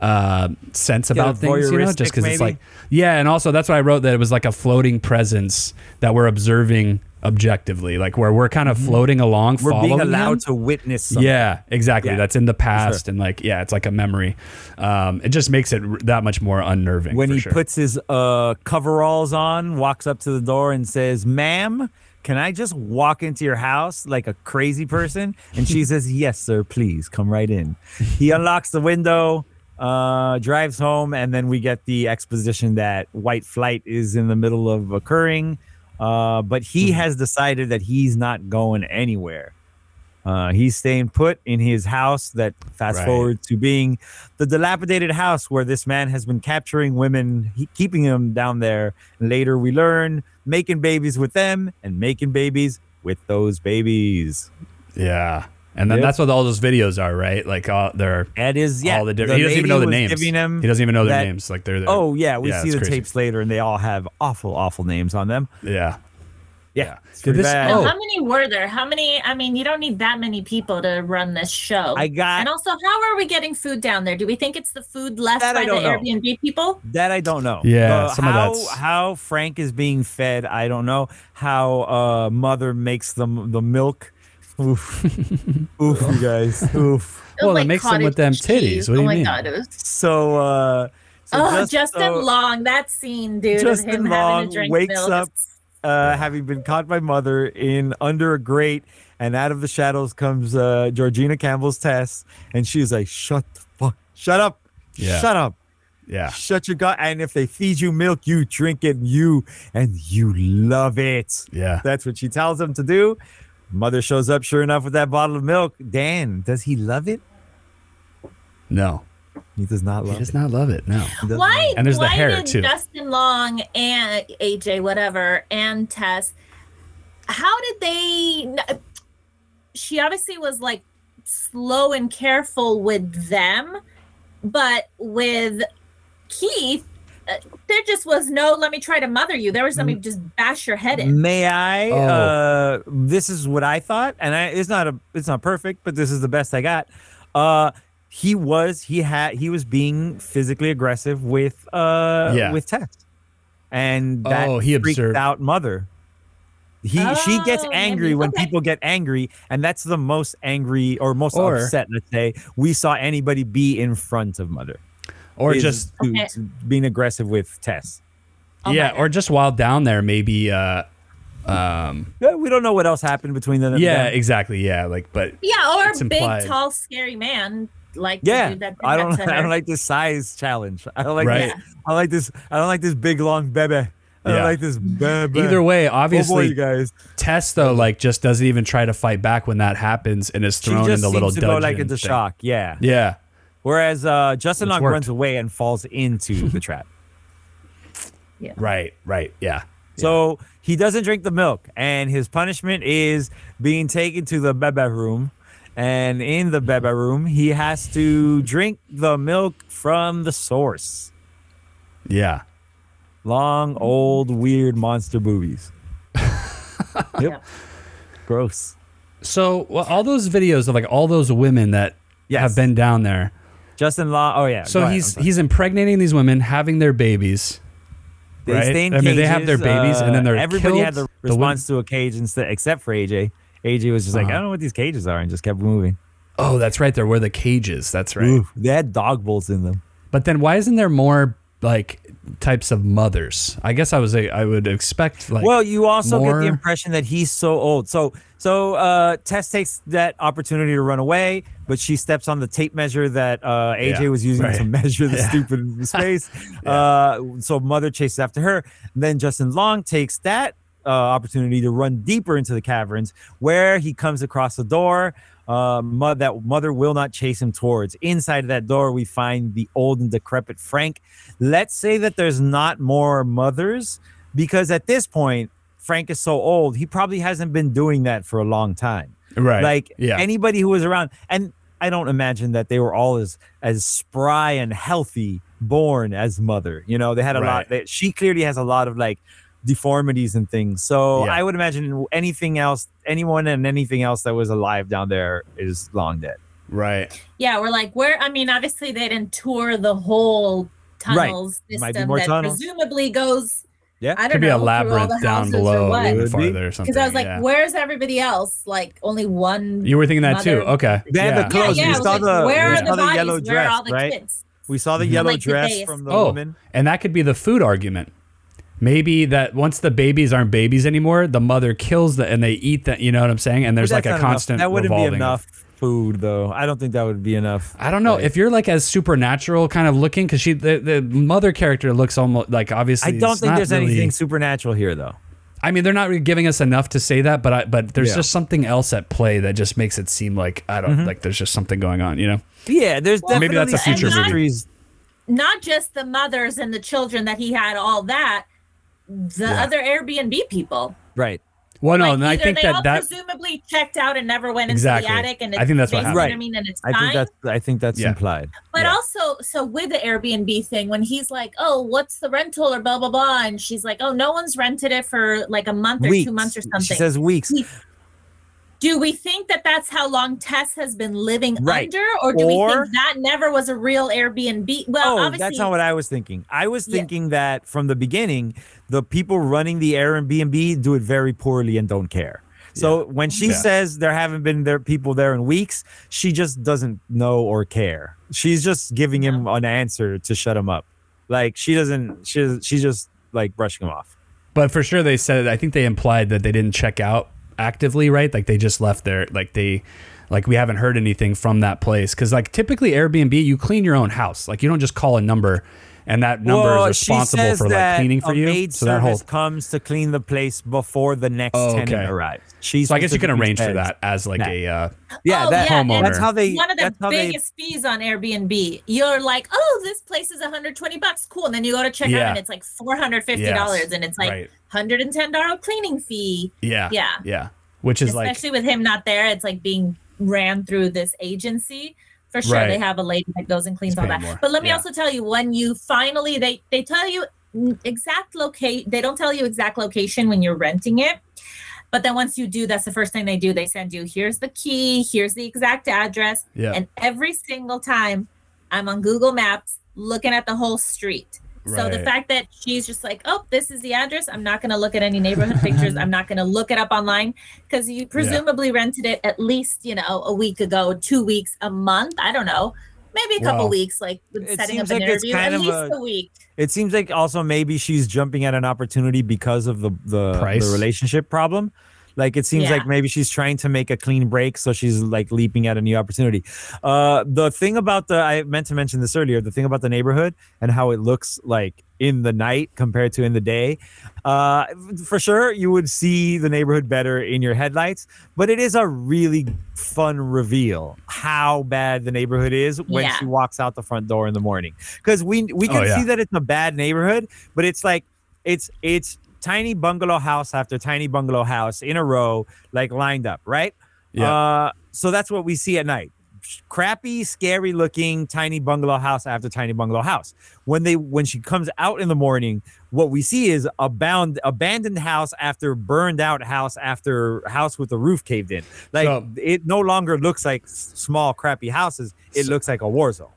S6: uh, sense about things, you know, just
S7: voyeuristic
S6: because it's
S7: maybe?
S6: like, yeah. And also, that's why I wrote that it was like a floating presence that we're observing objectively, like where we're kind of floating along,
S7: Mm-hmm. We're
S6: following
S7: being
S6: him.
S7: allowed to witness. Something.
S6: Yeah, exactly.
S7: Yeah,
S6: That's in the past, and like, yeah, it's like a memory. Um, it just makes it r- that much more unnerving.
S7: when
S6: for
S7: he
S6: sure.
S7: puts his uh, coveralls on, walks up to the door and says, "Ma'am, can I just walk into your house like a crazy person?" And she says, "Yes, sir. Please come right in." He unlocks the window, uh, drives home, and then we get the exposition that white flight is in the middle of occurring. Uh, but he
S6: Hmm.
S7: has decided that he's not going anywhere. Uh, he's staying put in his house that fast
S6: Right.
S7: forward to being the dilapidated house where this man has been capturing women, he, keeping them down there. Later, we learn making babies with them and making babies with those babies.
S6: yeah, and then
S7: Yep.
S6: that's what all those videos are, right? Like, all they're
S7: That is yeah.
S6: all the different. He doesn't even
S7: lady
S6: know the
S7: was
S6: names.
S7: Giving him
S6: he doesn't even know their
S7: that-
S6: names. Like they're. they're
S7: Oh yeah, we see
S6: it's
S7: the
S6: crazy.
S7: tapes later, and they all have awful, awful names on them.
S6: Yeah.
S7: Yeah,
S6: Yeah.
S7: it's
S6: Did
S7: pretty
S6: this-
S7: bad.
S8: Now,
S6: Oh.
S8: How many were there? How many? I mean, you don't need that many people to run this show.
S7: I got-
S8: And also, how are we getting food down there? Do we think it's the food left
S7: That I
S8: by the
S7: don't know.
S8: Airbnb people?
S7: That I don't know.
S6: Yeah,
S7: Uh,
S6: some of
S7: how
S6: that's-
S7: how Frank is being fed, I don't know. How uh, mother makes the the milk. Oof, oof, you guys, oof.
S8: It was
S6: Well, it makes them
S8: cottage
S6: with them titties.
S8: cheese.
S6: What do you
S8: oh my
S6: mean?
S8: god, it was.
S7: So, uh, so
S8: oh,
S7: just- uh,
S8: Justin
S7: so,
S8: Long, that scene, dude.
S7: Justin
S8: of him having
S7: Long
S8: a drink
S7: wakes
S8: milk.
S7: up uh, having been caught by mother in under a grate, and out of the shadows comes uh, Georgina Campbell's Tess, and she's like, "Shut the fuck, shut up,
S6: Yeah.
S7: shut up."
S6: Yeah.
S7: Shut your gut. And if they feed you milk, you drink it, you and you love it.
S6: Yeah.
S7: That's what she tells him to do. Mother shows up, sure enough, with that bottle of milk. Dan, does he love it?
S6: No,
S7: He does not
S6: he
S7: love
S6: does
S7: it.
S6: not love it. No.
S7: He doesn't love
S8: Why?
S7: it.
S6: And there's the
S8: why
S6: hair,
S8: did
S6: too.
S8: Justin Long and AJ, whatever, and Tess. How did they? kn- She obviously was like slow and careful with them, but with Keith, uh, there just was no. Let me try to mother you. There was let me just bash your head in.
S7: May I?
S6: Oh.
S7: Uh, this is what I thought, and I, it's not a, it's not perfect, but this is the best I got. Uh, he was, he had, he was being physically aggressive with, uh,
S6: Yeah.
S7: with Tess, and that
S6: Oh, he
S7: freaked
S6: observed-
S7: out mother. He she gets
S8: Oh,
S7: angry
S8: Andy.
S7: when
S8: Okay.
S7: people get angry, and that's the most angry or most
S6: Or-
S7: upset. Let's say we saw anybody be in front of mother,
S6: or
S7: is
S6: just
S7: to-
S8: Okay.
S7: to being aggressive with Tess.
S8: Oh my
S6: yeah,
S8: God.
S6: or just while down there, maybe. Uh, um.
S7: Yeah, Uh, We don't know what else happened between them.
S6: Yeah,
S7: them.
S6: exactly. Yeah, like, but
S8: Yeah, or
S6: It's
S8: a big,
S6: implied.
S8: tall, scary man like the
S7: yeah.
S8: dude that did
S7: I
S8: that
S7: don't.
S8: to
S7: I
S8: her.
S7: don't like this size challenge. I don't like.
S6: Right.
S7: This, I don't like this. I don't like this big long bebe. I don't
S6: Yeah.
S7: like this bebe.
S6: either way,
S7: oh boy, you
S6: obviously,
S7: guys.
S6: Tess though, like, just doesn't even try to fight back when that happens and is
S7: She
S6: thrown
S7: just
S6: into little
S7: seems to go like
S6: dungeon
S7: into
S6: thing.
S7: shock. Yeah.
S6: Yeah,
S7: Whereas uh, Justin
S6: It's
S7: Long
S6: worked.
S7: runs away and falls into the trap.
S6: right, right, yeah.
S7: So he doesn't drink the milk, and his punishment is being taken to the bebe room. And in the bebe room, he has to drink the milk from the source.
S6: Yeah. Mm.
S7: Long, old, weird monster boobies.
S8: Yeah.
S7: yep. Gross.
S6: So well, all those videos of like all those women that
S7: Yes.
S6: have been down there.
S7: Justin Long. Oh yeah.
S6: So
S7: go ahead, I'm
S6: he's
S7: sorry.
S6: he's impregnating these women, having their babies.
S7: they
S6: right?
S7: stay in
S6: I mean, they have their
S7: cages, uh,
S6: babies and then they're
S7: everybody
S6: killed.
S7: had the
S6: The women-
S7: response to a cage instead, except for AJ. AJ was just like,
S6: Uh-huh.
S7: I don't know what these cages are, and just kept moving.
S6: Oh, that's right. There were the cages. That's right.
S7: Oof, they had dog bolts in them.
S6: But then why isn't there more like types of mothers? I guess I was a, I would expect like
S7: well you also get
S6: more-
S7: the impression that he's so old so so uh tess takes that opportunity to run away but she steps on the tape measure that uh aj
S6: Yeah,
S7: was using to
S6: right.
S7: measure the stupid space uh so mother chases after her then justin long takes that uh, opportunity to run deeper into the caverns where he comes across the door uh, mo- that mother will not chase him towards inside of that door we find the old and decrepit frank let's say that there's not more mothers because at this point frank is so old he probably hasn't been doing that for a long time
S6: right
S7: like
S6: yeah
S7: anybody who was around and i don't imagine that they were all as as spry and healthy born as mother you know they had a lot
S6: Right.
S7: that she clearly has a lot of like deformities and things so
S6: Yeah.
S7: i would imagine anything else anyone and anything else that was alive down there is long dead
S6: right
S8: yeah, we're like, where? I mean, obviously they didn't tour the whole
S7: Right.
S8: tunnels
S7: Might be
S8: system
S7: more
S8: that
S7: tunnels.
S8: presumably goes.
S7: Yeah.
S8: I don't
S6: could be
S8: know.
S6: a labyrinth down below
S7: It
S6: even
S7: would be.
S6: farther or something.
S8: Because I was like,
S6: yeah.
S8: where's everybody else? Like only one.
S6: you were thinking that too.
S8: Mother-
S6: Okay,
S7: they had the
S8: yeah,
S7: clothes
S8: yeah, I
S7: we
S8: was
S7: saw
S8: like,
S7: the,
S8: where
S7: we
S8: are
S7: saw
S8: the
S7: the
S8: bodies?
S7: yellow
S8: where are all
S7: dress
S8: the
S7: right
S8: kids?
S7: we saw the
S6: Mhm.
S7: yellow
S8: Like the
S7: dress
S8: dais.
S7: from the
S6: Oh,
S7: woman
S6: and that could be the food argument. Maybe that once the babies aren't babies anymore, the mother kills the and they eat that. You know what I'm saying? And there's
S7: But
S6: like
S7: that's
S6: a
S7: not enough.
S6: constant
S7: That wouldn't
S6: revolving
S7: be
S6: of-
S7: enough food, though. I don't think that would be enough.
S6: I don't know if you're like as supernatural kind of looking because she the, the mother character looks almost like
S7: I
S6: obviously.
S7: don't
S6: it's
S7: think
S6: not
S7: there's
S6: really-
S7: anything supernatural here, though.
S6: I mean, they're not really giving us enough to say that, but I, but there's
S7: Yeah. Mm-hmm.
S6: just something else at play that just makes it seem like I don't like. There's just something going on, you know?
S7: Yeah, there's
S6: maybe that's a
S7: definitely
S8: future
S7: some
S8: movie.
S7: mysteries.
S8: Not just the mothers and the children that he had, all that. The
S7: Yeah.
S8: other Airbnb people.
S7: Right.
S6: Well, Oh, no,
S8: Like,
S6: and I
S8: either
S6: think
S8: they
S6: that
S8: all
S6: that
S8: presumably checked out and never went into
S6: Exactly.
S8: the attic. And
S6: I
S8: it's
S6: think that's what
S8: basement,
S7: happened.
S8: I mean, and it's
S7: I think
S8: fine.
S7: that's I think that's
S6: Yeah.
S7: implied.
S8: But
S7: yeah.
S8: also, so with the Airbnb thing, when he's like, "Oh, what's the rental?" or blah blah blah, and she's like, "Oh, no one's rented it for like a month or
S7: weeks.
S8: two months or
S7: She
S8: something."
S7: says weeks.
S8: Weeks. do we think that that's how long Tess has been living
S7: Right.
S8: under, or do we
S7: Or-
S8: think that never was a real Airbnb? Well,
S7: Oh,
S8: obviously,
S7: that's not what I was thinking. I was
S8: Yeah.
S7: thinking that from the beginning, the people running the Airbnb do it very poorly and don't care. So when she
S6: Yeah.
S7: says there haven't been there people there in weeks, she just doesn't know or care. She's just giving him an answer to shut him up. Like she doesn't. She she's just like brushing him off.
S6: But for sure, they said. I think they implied that they didn't check out actively, right? Like they just left there. Like they, like we haven't heard anything from that place because, like, typically Airbnb, you clean your own house. Like you don't just call a number, and that number
S7: Well,
S6: is
S7: she
S6: responsible
S7: says
S6: for like
S7: that
S6: cleaning for
S7: a
S6: you.
S7: Maid
S6: so that whole.
S7: service comes to clean the place before the next
S6: Oh, okay.
S7: tenant arrives. She's
S6: So I guess you can
S7: specifically
S6: arrange for
S7: says-
S6: that as like
S7: Nah.
S6: a. Uh,
S7: Yeah,
S8: Oh,
S7: that
S8: yeah, and
S6: homeowner.
S7: That's how they.
S8: one of the
S7: that's how they
S8: biggest fees on Airbnb. You're like, "Oh, this place is 120 bucks, cool," and then you go to check out,
S6: Yeah.
S8: and it's like 450 dollars,
S6: Yes.
S8: and it's like
S6: Right.
S8: 110 dollar cleaning fee.
S6: yeah.
S8: Yeah.
S6: Yeah. Which is like
S8: especially with him not there it's like being ran through this agency for sure
S6: Right.
S8: they have a lady that goes and cleans
S6: It's
S8: all
S6: paying
S8: that
S6: more.
S8: but let me
S6: Yeah.
S8: also tell you when you finally they they tell you n- exact locate they don't tell you exact location when you're renting it but then once you do that's the first thing they do they send you here's the key here's the exact address
S6: yeah.
S8: and every single time i'm on google maps looking at the whole street So the
S6: Right.
S8: fact that she's just like, oh, this is the address. I'm not going to look at any neighborhood pictures. I'm not going to look it up online because you presumably rented it at least, you know, a week ago, two weeks, a month. I don't know. Maybe a couple
S6: Wow.
S8: weeks, like with
S7: It
S8: setting up
S7: seems
S8: an
S7: like it's
S8: interview, at
S7: kind of
S8: least
S7: a-
S8: a week.
S7: It seems like also maybe she's jumping at an opportunity because of the the,
S6: Price.
S7: the relationship problem. Like it seems
S8: Yeah.
S7: like maybe she's trying to make a clean break, so she's like leaping at a new opportunity. Uh, the thing about the I meant to mention this earlier. The thing about the neighborhood and how it looks like in the night compared to in the day. Uh, for sure, you would see the neighborhood better in your headlights, but it is a really fun reveal how bad the neighborhood is when
S8: Yeah.
S7: she walks out the front door in the morning. Because we we
S6: Oh,
S7: can
S6: yeah.
S7: see that it's a bad neighborhood, but it's like it's it's tiny bungalow house after tiny bungalow house in a row, like lined up, right?
S6: Yeah.
S7: Uh, so that's what we see at night. Crappy, scary looking tiny bungalow house after tiny bungalow house. When they when she comes out in the morning, what we see is a bound abandoned house after burned out house after house with the roof caved in. Like
S6: So-
S7: it no longer looks like s- small crappy houses. It looks like a war zone.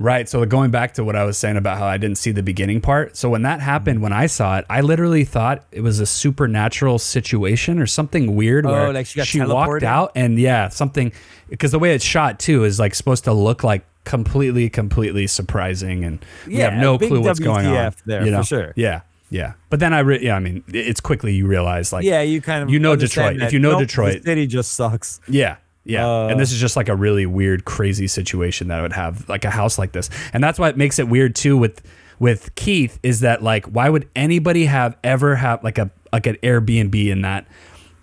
S6: Right. So going back to what I was saying about how I didn't see the beginning part. So when that happened, when I saw it, I literally thought it was a supernatural situation or something weird.
S7: Oh,
S6: where
S7: like she got
S6: walked
S7: teleported?
S6: out and yeah, something because the way it's shot too is like supposed to look like completely, completely surprising, and we
S7: Yeah,
S6: have no
S7: big
S6: clue what's going on.
S7: WTF there,
S6: you know?
S7: for sure.
S6: Yeah. Yeah. But then I, re- yeah, I mean, i- it's quickly you realize like,
S7: yeah, you kind of
S6: you know
S7: understand
S6: Detroit.
S7: that,
S6: If you know
S7: nope,
S6: Detroit-
S7: the city just sucks.
S6: Yeah. Yeah.
S7: Uh,
S6: and this is just like a really weird, crazy situation that I would have, like a house like this. And that's why it makes it weird too with with Keith is that like why would anybody have ever have like a like an Airbnb in that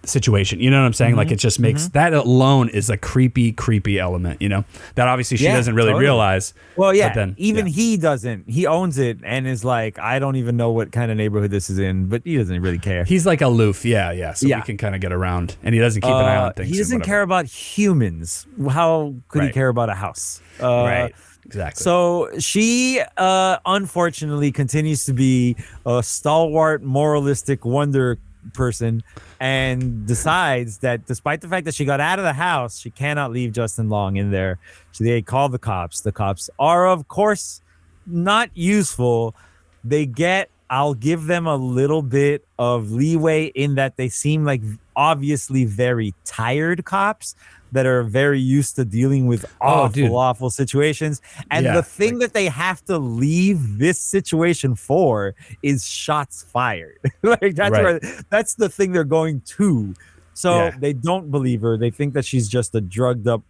S6: situation? You know what I'm saying?
S7: Mm-hmm.
S6: Like it just makes that alone is a creepy, creepy element, you know? That obviously she
S7: Yeah,
S6: doesn't really
S7: totally.
S6: realize.
S7: Well,
S6: but
S7: yeah.
S6: then-
S7: even
S6: yeah.
S7: he doesn't. He owns it and is like, I don't even know what kind of neighborhood this is in, but he doesn't really care.
S6: He's like aloof, yeah, yeah. So
S7: Yeah.
S6: we can kind of get around, and he doesn't keep an eye
S7: Uh,
S6: on things.
S7: he
S6: and
S7: doesn't
S6: whatever.
S7: care about humans. How could he
S6: Right.
S7: care about a house? Uh,
S6: right? Exactly.
S7: So she, uh, unfortunately, continues to be a stalwart, moralistic wonder person and decides that despite the fact that she got out of the house, she cannot leave Justin Long in there. So they call the cops. The cops are, of course, not useful. They get, I'll give them a little bit of leeway in that they seem like obviously very tired cops that are very used to dealing with
S6: Oh,
S7: awful,
S6: dude.
S7: awful situations. And
S6: Yeah,
S7: the thing that they have to leave this situation for is shots fired. like that's
S6: Right.
S7: where that's the thing they're going to. So
S6: Yeah.
S7: they don't believe her. They think that she's just a drugged up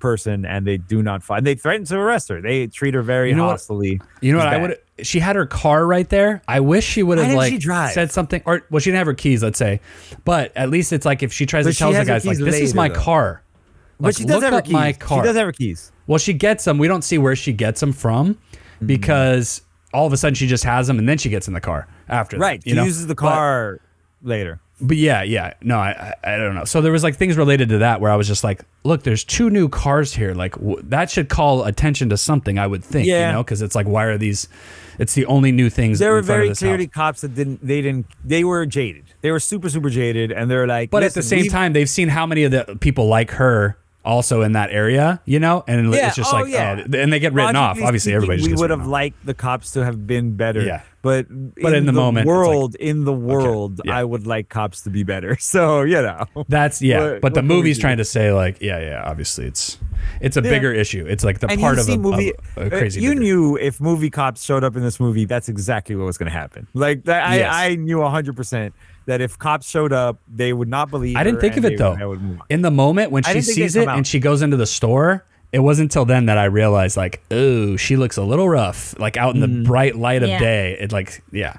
S7: person and they do not find they threaten to arrest her. They treat her very
S6: You know what?
S7: hostily.
S6: You know what?
S7: It's
S6: I
S7: bad.
S6: would. She had her car right there. I wish she would
S7: Why
S6: have
S7: didn't
S6: like
S7: she drive?
S6: said something, or well, she didn't have her keys. Let's say, but at least it's like if she tries
S7: But
S6: to
S7: she
S6: tell the
S7: has her
S6: guys like,
S7: keys
S6: "This is
S7: later,
S6: my
S7: though.
S6: car,"
S7: But
S6: Like,
S7: she does
S6: look
S7: have her
S6: up
S7: keys.
S6: my car.
S7: She does have her keys.
S6: well, she gets them. We don't see where she gets them from
S7: Mm-hmm.
S6: because all of a sudden she just has them, and then she gets in the car after. that,
S7: Right.
S6: you
S7: she
S6: know?
S7: uses the
S6: But-
S7: car later.
S6: but yeah, yeah. No, I, I I don't know. So there was like things related to that where I was just like, look, there's two new cars here. Like w- that should call attention to something, I would think.
S7: Yeah.
S6: You know, because it's like, why are these? It's the only new things.
S7: There
S6: in
S7: were
S6: front of
S7: very
S6: this house.
S7: clearly cops that didn't they didn't they were jaded. They were super, super jaded and they're like
S6: But at the same
S7: time.
S6: time, they've seen how many of the people like her also in that area, you know, and it's just
S7: oh,
S6: like, oh, th- and they get written off.
S7: Logically
S6: Obviously,
S7: speaking,
S6: everybody just
S7: we
S6: gets
S7: would
S6: written
S7: have
S6: off.
S7: liked the cops to have been better.
S6: Yeah.
S7: but
S6: But in the moment, it's like-
S7: world in the world,
S6: yeah.
S7: I would like cops to be better. So you know,
S6: That's yeah,
S7: What-
S6: but the
S7: what can we
S6: movie's
S7: do?
S6: trying to say like, yeah, yeah. Obviously, it's it's a
S7: Yeah.
S6: bigger issue. It's like the
S7: and
S6: part
S7: you
S6: of
S7: see
S6: a,
S7: movie,
S6: of a
S7: uh,
S6: crazy.
S7: You
S6: bigger-
S7: knew if movie cops showed up in this movie, that's exactly what was going to happen. Like that, I,
S6: Yes.
S7: I knew hundred percent that if cops showed up, they would not believe.
S6: I didn't
S7: her
S6: think of
S7: and
S6: it
S7: they
S6: though.
S7: would- I would move on.
S6: In the moment when
S7: I
S6: she
S7: didn't think they'd
S6: sees it
S7: come
S6: and
S7: out.
S6: she goes into the store, it wasn't until then that I realized like, oh, she looks a little rough. Like out in the
S7: Mm-hmm.
S6: bright light of
S8: Yeah.
S6: day, it like yeah,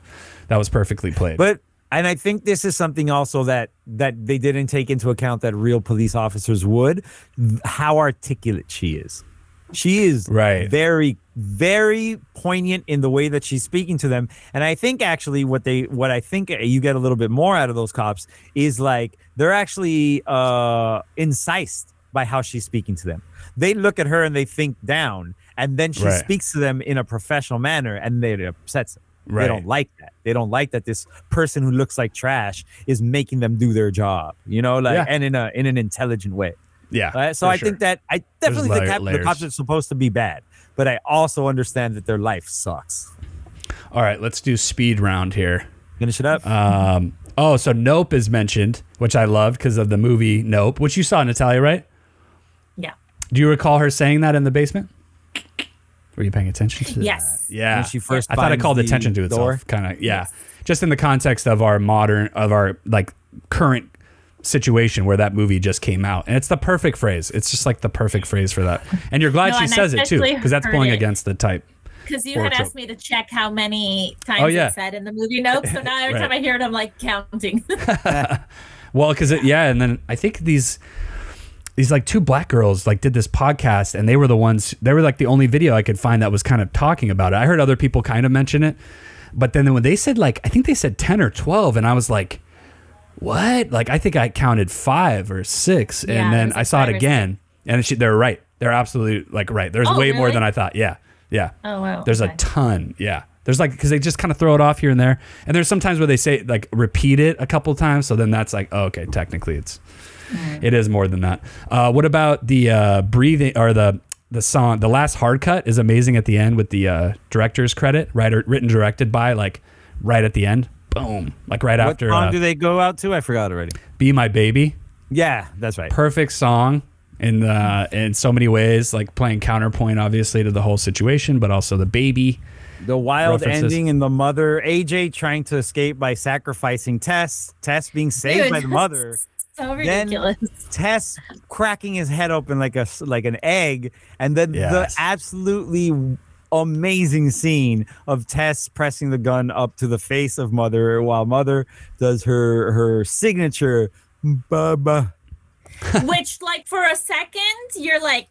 S6: that was perfectly played.
S7: But and I think this is something also that that they didn't take into account that real police officers would th- how articulate she is. She is
S6: Right.
S7: very very poignant in the way that she's speaking to them and I think actually what they what I think you get a little bit more out of those cops is like they're actually uh incised by how she's speaking to them. They look at her and they think down and then she
S6: Right.
S7: speaks to them in a professional manner and they it upsets them. They
S6: Right.
S7: don't like that. They don't like that this person who looks like trash is making them do their job. You know, like
S6: Yeah.
S7: and in a in an intelligent way.
S6: yeah,
S7: Right? uh, So
S6: for
S7: I
S6: sure.
S7: think that I definitely think
S6: layer-
S7: that the
S6: layers.
S7: cops are supposed to be bad, but I also understand that their life sucks.
S6: All right, let's do speed round here.
S7: Finish it up.
S6: Um, oh, so Nope is mentioned, which I loved because of the movie Nope, which you saw, Natalia, right?
S8: Yeah.
S6: Do you recall her saying that in the basement? Were you paying attention to that?
S8: Yes.
S6: Yeah.
S7: When she first
S6: I thought I
S7: finds
S6: called
S7: the
S6: attention to
S7: door.
S6: itself. Kind of. Yeah. Just in the context of our modern, of our like current situation where that movie just came out, and it's the perfect phrase. It's just like the perfect phrase for that. And you're glad
S8: No,
S6: she
S8: and I
S6: says it too,
S8: especially
S6: because that's
S8: heard
S6: pulling
S8: it.
S6: against the type.
S8: Because you
S6: Or
S8: had
S6: it's a-
S8: asked me to check how many times
S6: Oh, yeah.
S8: it said in the movie notes. So now every
S6: Right.
S8: time I hear it, I'm like counting.
S6: Well, because it, yeah, and then I think these these like two black girls like did this podcast, and they were the ones they were like the only video I could find that was kind of talking about it. I heard other people kind of mention it, but then when they said like I think they said ten or twelve, and I was like, what? Like I think I counted five or six,
S8: Yeah, it
S6: and then
S8: was,
S6: I
S8: like,
S6: saw
S8: five
S6: it
S8: or
S6: again, and she, they're right. They're absolutely like right. There's
S8: Oh,
S6: way more
S8: really?
S6: than I thought. Yeah, yeah.
S8: Oh, wow.
S6: There's a
S8: Okay.
S6: ton. Yeah. There's like because they just kind of throw it off here and there, and there's sometimes where they say like repeat it a couple times, so then that's like oh, okay, technically it's
S8: Mm.
S6: it is more than that. Uh, what about the uh, breathing or the the song? The last hard cut is amazing at the end with the uh, director's credit, writer written directed by like right at the end, boom, like right
S7: what
S6: after
S7: song
S6: uh,
S7: do they go out to? I forgot already.
S6: "Be My Baby."
S7: Yeah, that's right.
S6: perfect song in the in so many ways, like playing counterpoint obviously to the whole situation, but also the baby.
S7: The wild
S6: References.
S7: ending and the mother AJ trying to escape by sacrificing Tess. Tess being saved
S8: Dude,
S7: by the mother.
S8: So
S7: Then-
S8: ridiculous.
S7: Tess cracking his head open like a s- like an egg, and then
S6: Yes.
S7: the absolutely amazing scene of Tess pressing the gun up to the face of Mother while Mother does her her signature. Bubba.
S8: Which, like, for a second, you're like,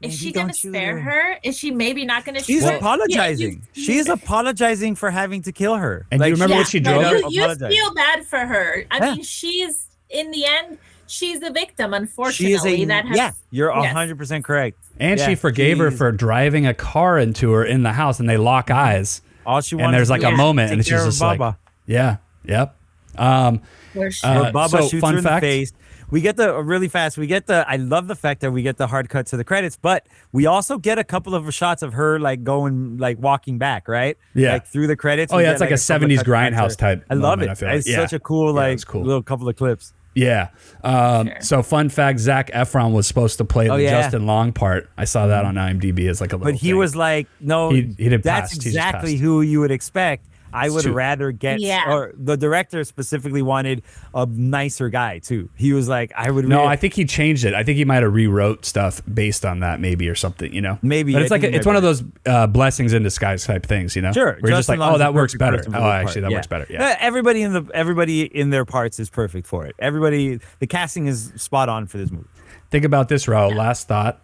S8: is
S7: Maybe
S8: she going to
S7: don't you
S8: spare
S7: know.
S8: her? Is she maybe not going to?
S7: She's
S8: shoot?
S7: apologizing.
S8: Yeah,
S7: She's apologizing for having to kill her.
S6: And do you remember
S8: yeah,
S6: what she
S8: no,
S6: drove?
S8: You, you
S7: Apologize.
S8: feel bad for her. I
S7: Yeah.
S8: mean, she's in the end, she's a victim. Unfortunately,
S7: She is a
S8: that has
S7: yeah. You're
S8: yes.
S7: hundred percent correct.
S6: And
S7: Yeah,
S6: she forgave her
S7: she-
S6: for driving a car into her in the house, and they lock eyes.
S7: All Oh, she wants.
S6: And there's like
S8: Yeah.
S6: a moment,
S7: take
S6: and she's
S7: care of
S6: just like,
S7: Baba.
S6: "Yeah, yep." Um,
S8: for sure.
S6: Uh,
S7: Where Baba
S6: so,
S7: shoots
S6: fun
S7: her in
S6: fact-
S7: the face. We get the uh, really fast. We get the. I love the fact that we get the hard cut to the credits, but we also get a couple of shots of her like going, like walking back, right?
S6: Yeah.
S7: Like through the credits.
S6: Oh,
S7: we
S6: yeah,
S7: get,
S6: it's like a
S7: couple of cuts
S6: 70s
S7: back to
S6: Grindhouse
S7: her.
S6: type
S7: I love
S6: moment,
S7: it.
S6: I feel like.
S7: It's
S6: Yeah.
S7: such a cool,
S6: Yeah,
S7: like
S6: it's cool.
S7: little couple of clips.
S6: yeah. Um,
S8: Sure.
S6: So, fun fact: Zach Efron was supposed to play
S7: Oh,
S6: the
S7: yeah. Mm-hmm.
S6: Justin Long part. I saw that on IMDb as like a little.
S7: But he
S6: thing.
S7: was like, no,
S6: He- he did
S7: that's
S6: passed. He just
S7: exactly
S6: passed.
S7: who you would expect. I would
S6: too-
S7: rather get,
S8: Yeah.
S7: or the director specifically wanted a nicer guy too. He was like, I would.
S6: No,
S7: re-
S6: I think he changed it. I think he might have rewrote stuff based on that, maybe or something. You know,
S7: Maybe, I
S6: But it's like
S7: think
S6: a,
S7: you
S6: it's
S7: might
S6: one
S7: be
S6: of those uh, blessings in disguise type things. You know,
S7: Sure.
S6: Where you're just
S7: Justin
S6: like,
S7: Long's the
S6: oh, that works
S7: perfect
S6: better.
S7: person for
S6: Oh,
S7: the
S6: actually, that
S7: part.
S6: works
S7: Yeah.
S6: better. Yeah.
S7: No, Everybody in the everybody in their parts is perfect for it. Everybody, the casting is spot on for this movie.
S6: Think about this, Raul. Last thought.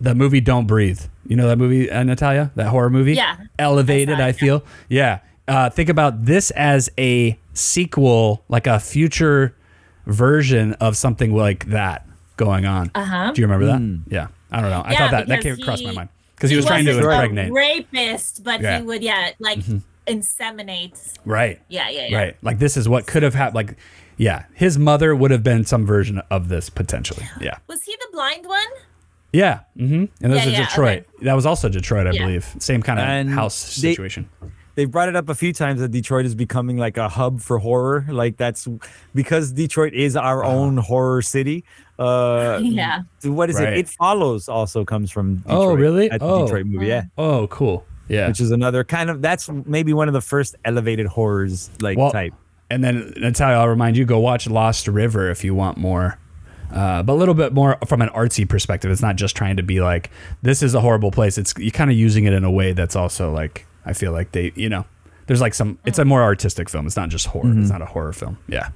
S6: The movie Don't Breathe. You know that movie, uh, Natalia? That horror movie?
S8: Yeah.
S6: Elevated,
S8: I saw it,
S6: I, feel. Yeah. Uh, think about this as a sequel, like a future version of something like that going on.
S8: Uh-huh.
S6: Do you remember that? Yeah. I don't know. I
S8: Yeah,
S6: thought that, that
S8: because
S6: came across my
S8: he-
S6: mind. Because he was trying to
S8: wasn't
S6: impregnate.
S8: a rapist, but
S6: Yeah.
S8: he would, yeah, like inseminate.
S6: Right.
S8: Yeah, yeah, yeah.
S6: Right. Like this is what could have happened. Like, yeah, his mother would have been some version of this potentially. Yeah.
S8: Was he the blind one?
S6: Yeah. hmm And those
S8: Mm-hmm. Yeah,
S6: are
S8: yeah,
S6: Detroit. That was also Detroit, I
S8: Yeah.
S6: believe. Same kind of
S7: And
S6: house
S7: they-
S6: situation.
S7: They've brought it up a few times that Detroit is becoming like a hub for horror. Like that's because Detroit is our
S6: Uh-huh.
S7: own horror city. Uh,
S6: Mm-hmm.
S8: Yeah.
S7: What is
S6: Right.
S7: it? It follows also comes from. Detroit,
S6: Oh, really?
S7: At the
S6: Oh.
S7: Detroit movie, yeah.
S6: oh, cool. Yeah.
S7: Which is another kind of that's maybe one of the first elevated horrors like type.
S6: And then Natalia, I'll remind you, go watch Lost River if you want more. Uh, but a little bit more from an artsy perspective. It's not just trying to be like this is a horrible place. It's you're kind of using it in a way that's also like I feel like they, you know, there's like some. It's a more artistic film. It's not just horror.
S7: Mm-hmm.
S6: It's not a horror film. Yeah.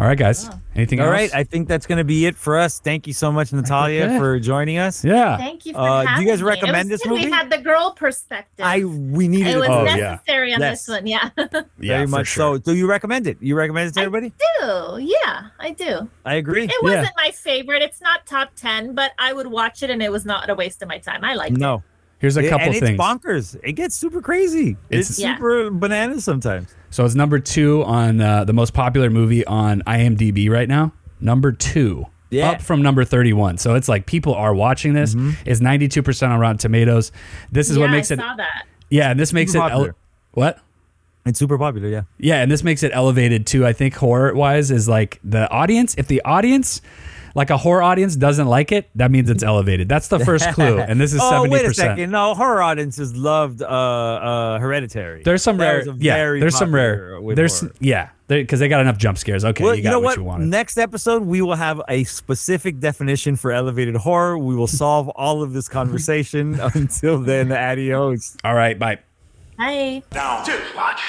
S6: All right, guys. Anything
S7: All
S6: else?
S7: right, I think that's gonna be it for us. Thank you so much, Natalia,
S6: Okay.
S7: for joining us.
S6: yeah.
S8: Thank you for
S7: Uh, do
S8: having
S7: you guys
S8: me.
S7: recommend
S8: it was
S7: this
S8: good
S7: movie?
S8: We had the girl perspective.
S7: I we needed
S8: it was
S6: Oh, yeah.
S8: necessary on
S7: Yes.
S8: this one. Yeah.
S6: yeah,
S7: very
S6: for
S7: much
S6: sure.
S7: so. Do you recommend it? You recommend it to everybody?
S8: do. Yeah, I do.
S7: I, agree.
S8: It
S6: Yeah.
S8: wasn't my favorite. It's not top 10, but I would watch it and it was not a waste of my time. I liked it.
S7: No,
S6: Here's a
S7: It-
S6: couple
S7: and
S6: things.
S7: It's bonkers. It gets super crazy. It's,
S6: It's-
S8: Yeah.
S7: super bananas sometimes.
S6: So it's number two on uh, the most popular movie on IMDb right now. Number two.
S7: Yeah. Mm-hmm.
S6: Up from number 31. So it's like people are watching this. It's 92% on Rotten Tomatoes. This is
S8: yeah,
S6: what makes
S8: I
S6: it.
S8: saw that.
S6: Yeah, and this makes it.
S7: popular.
S6: el- What?
S7: It's super popular, yeah.
S6: Yeah, and this makes it elevated too. I think horror wise is like the audience. If the audience, like a horror audience, doesn't like it, that means it's elevated. That's the first clue, and this is
S7: oh,
S6: seventy
S7: wait a
S6: percent.
S7: second. No, horror audiences loved uh, uh, Hereditary.
S6: There's some
S7: That
S6: rare,
S7: was a
S6: yeah.
S7: very
S6: There's some rare.
S7: popular way
S6: There's
S7: forward.
S6: yeah, because they got enough jump scares. Okay,
S7: well,
S6: you
S7: you,
S6: got
S7: know
S6: what,
S7: what?
S6: you wanted.
S7: Next episode, we will have a specific definition for elevated horror. We will solve all of this conversation. Until then, adios.
S6: All right, bye.
S8: Hi.
S1: Down. Dude, watch.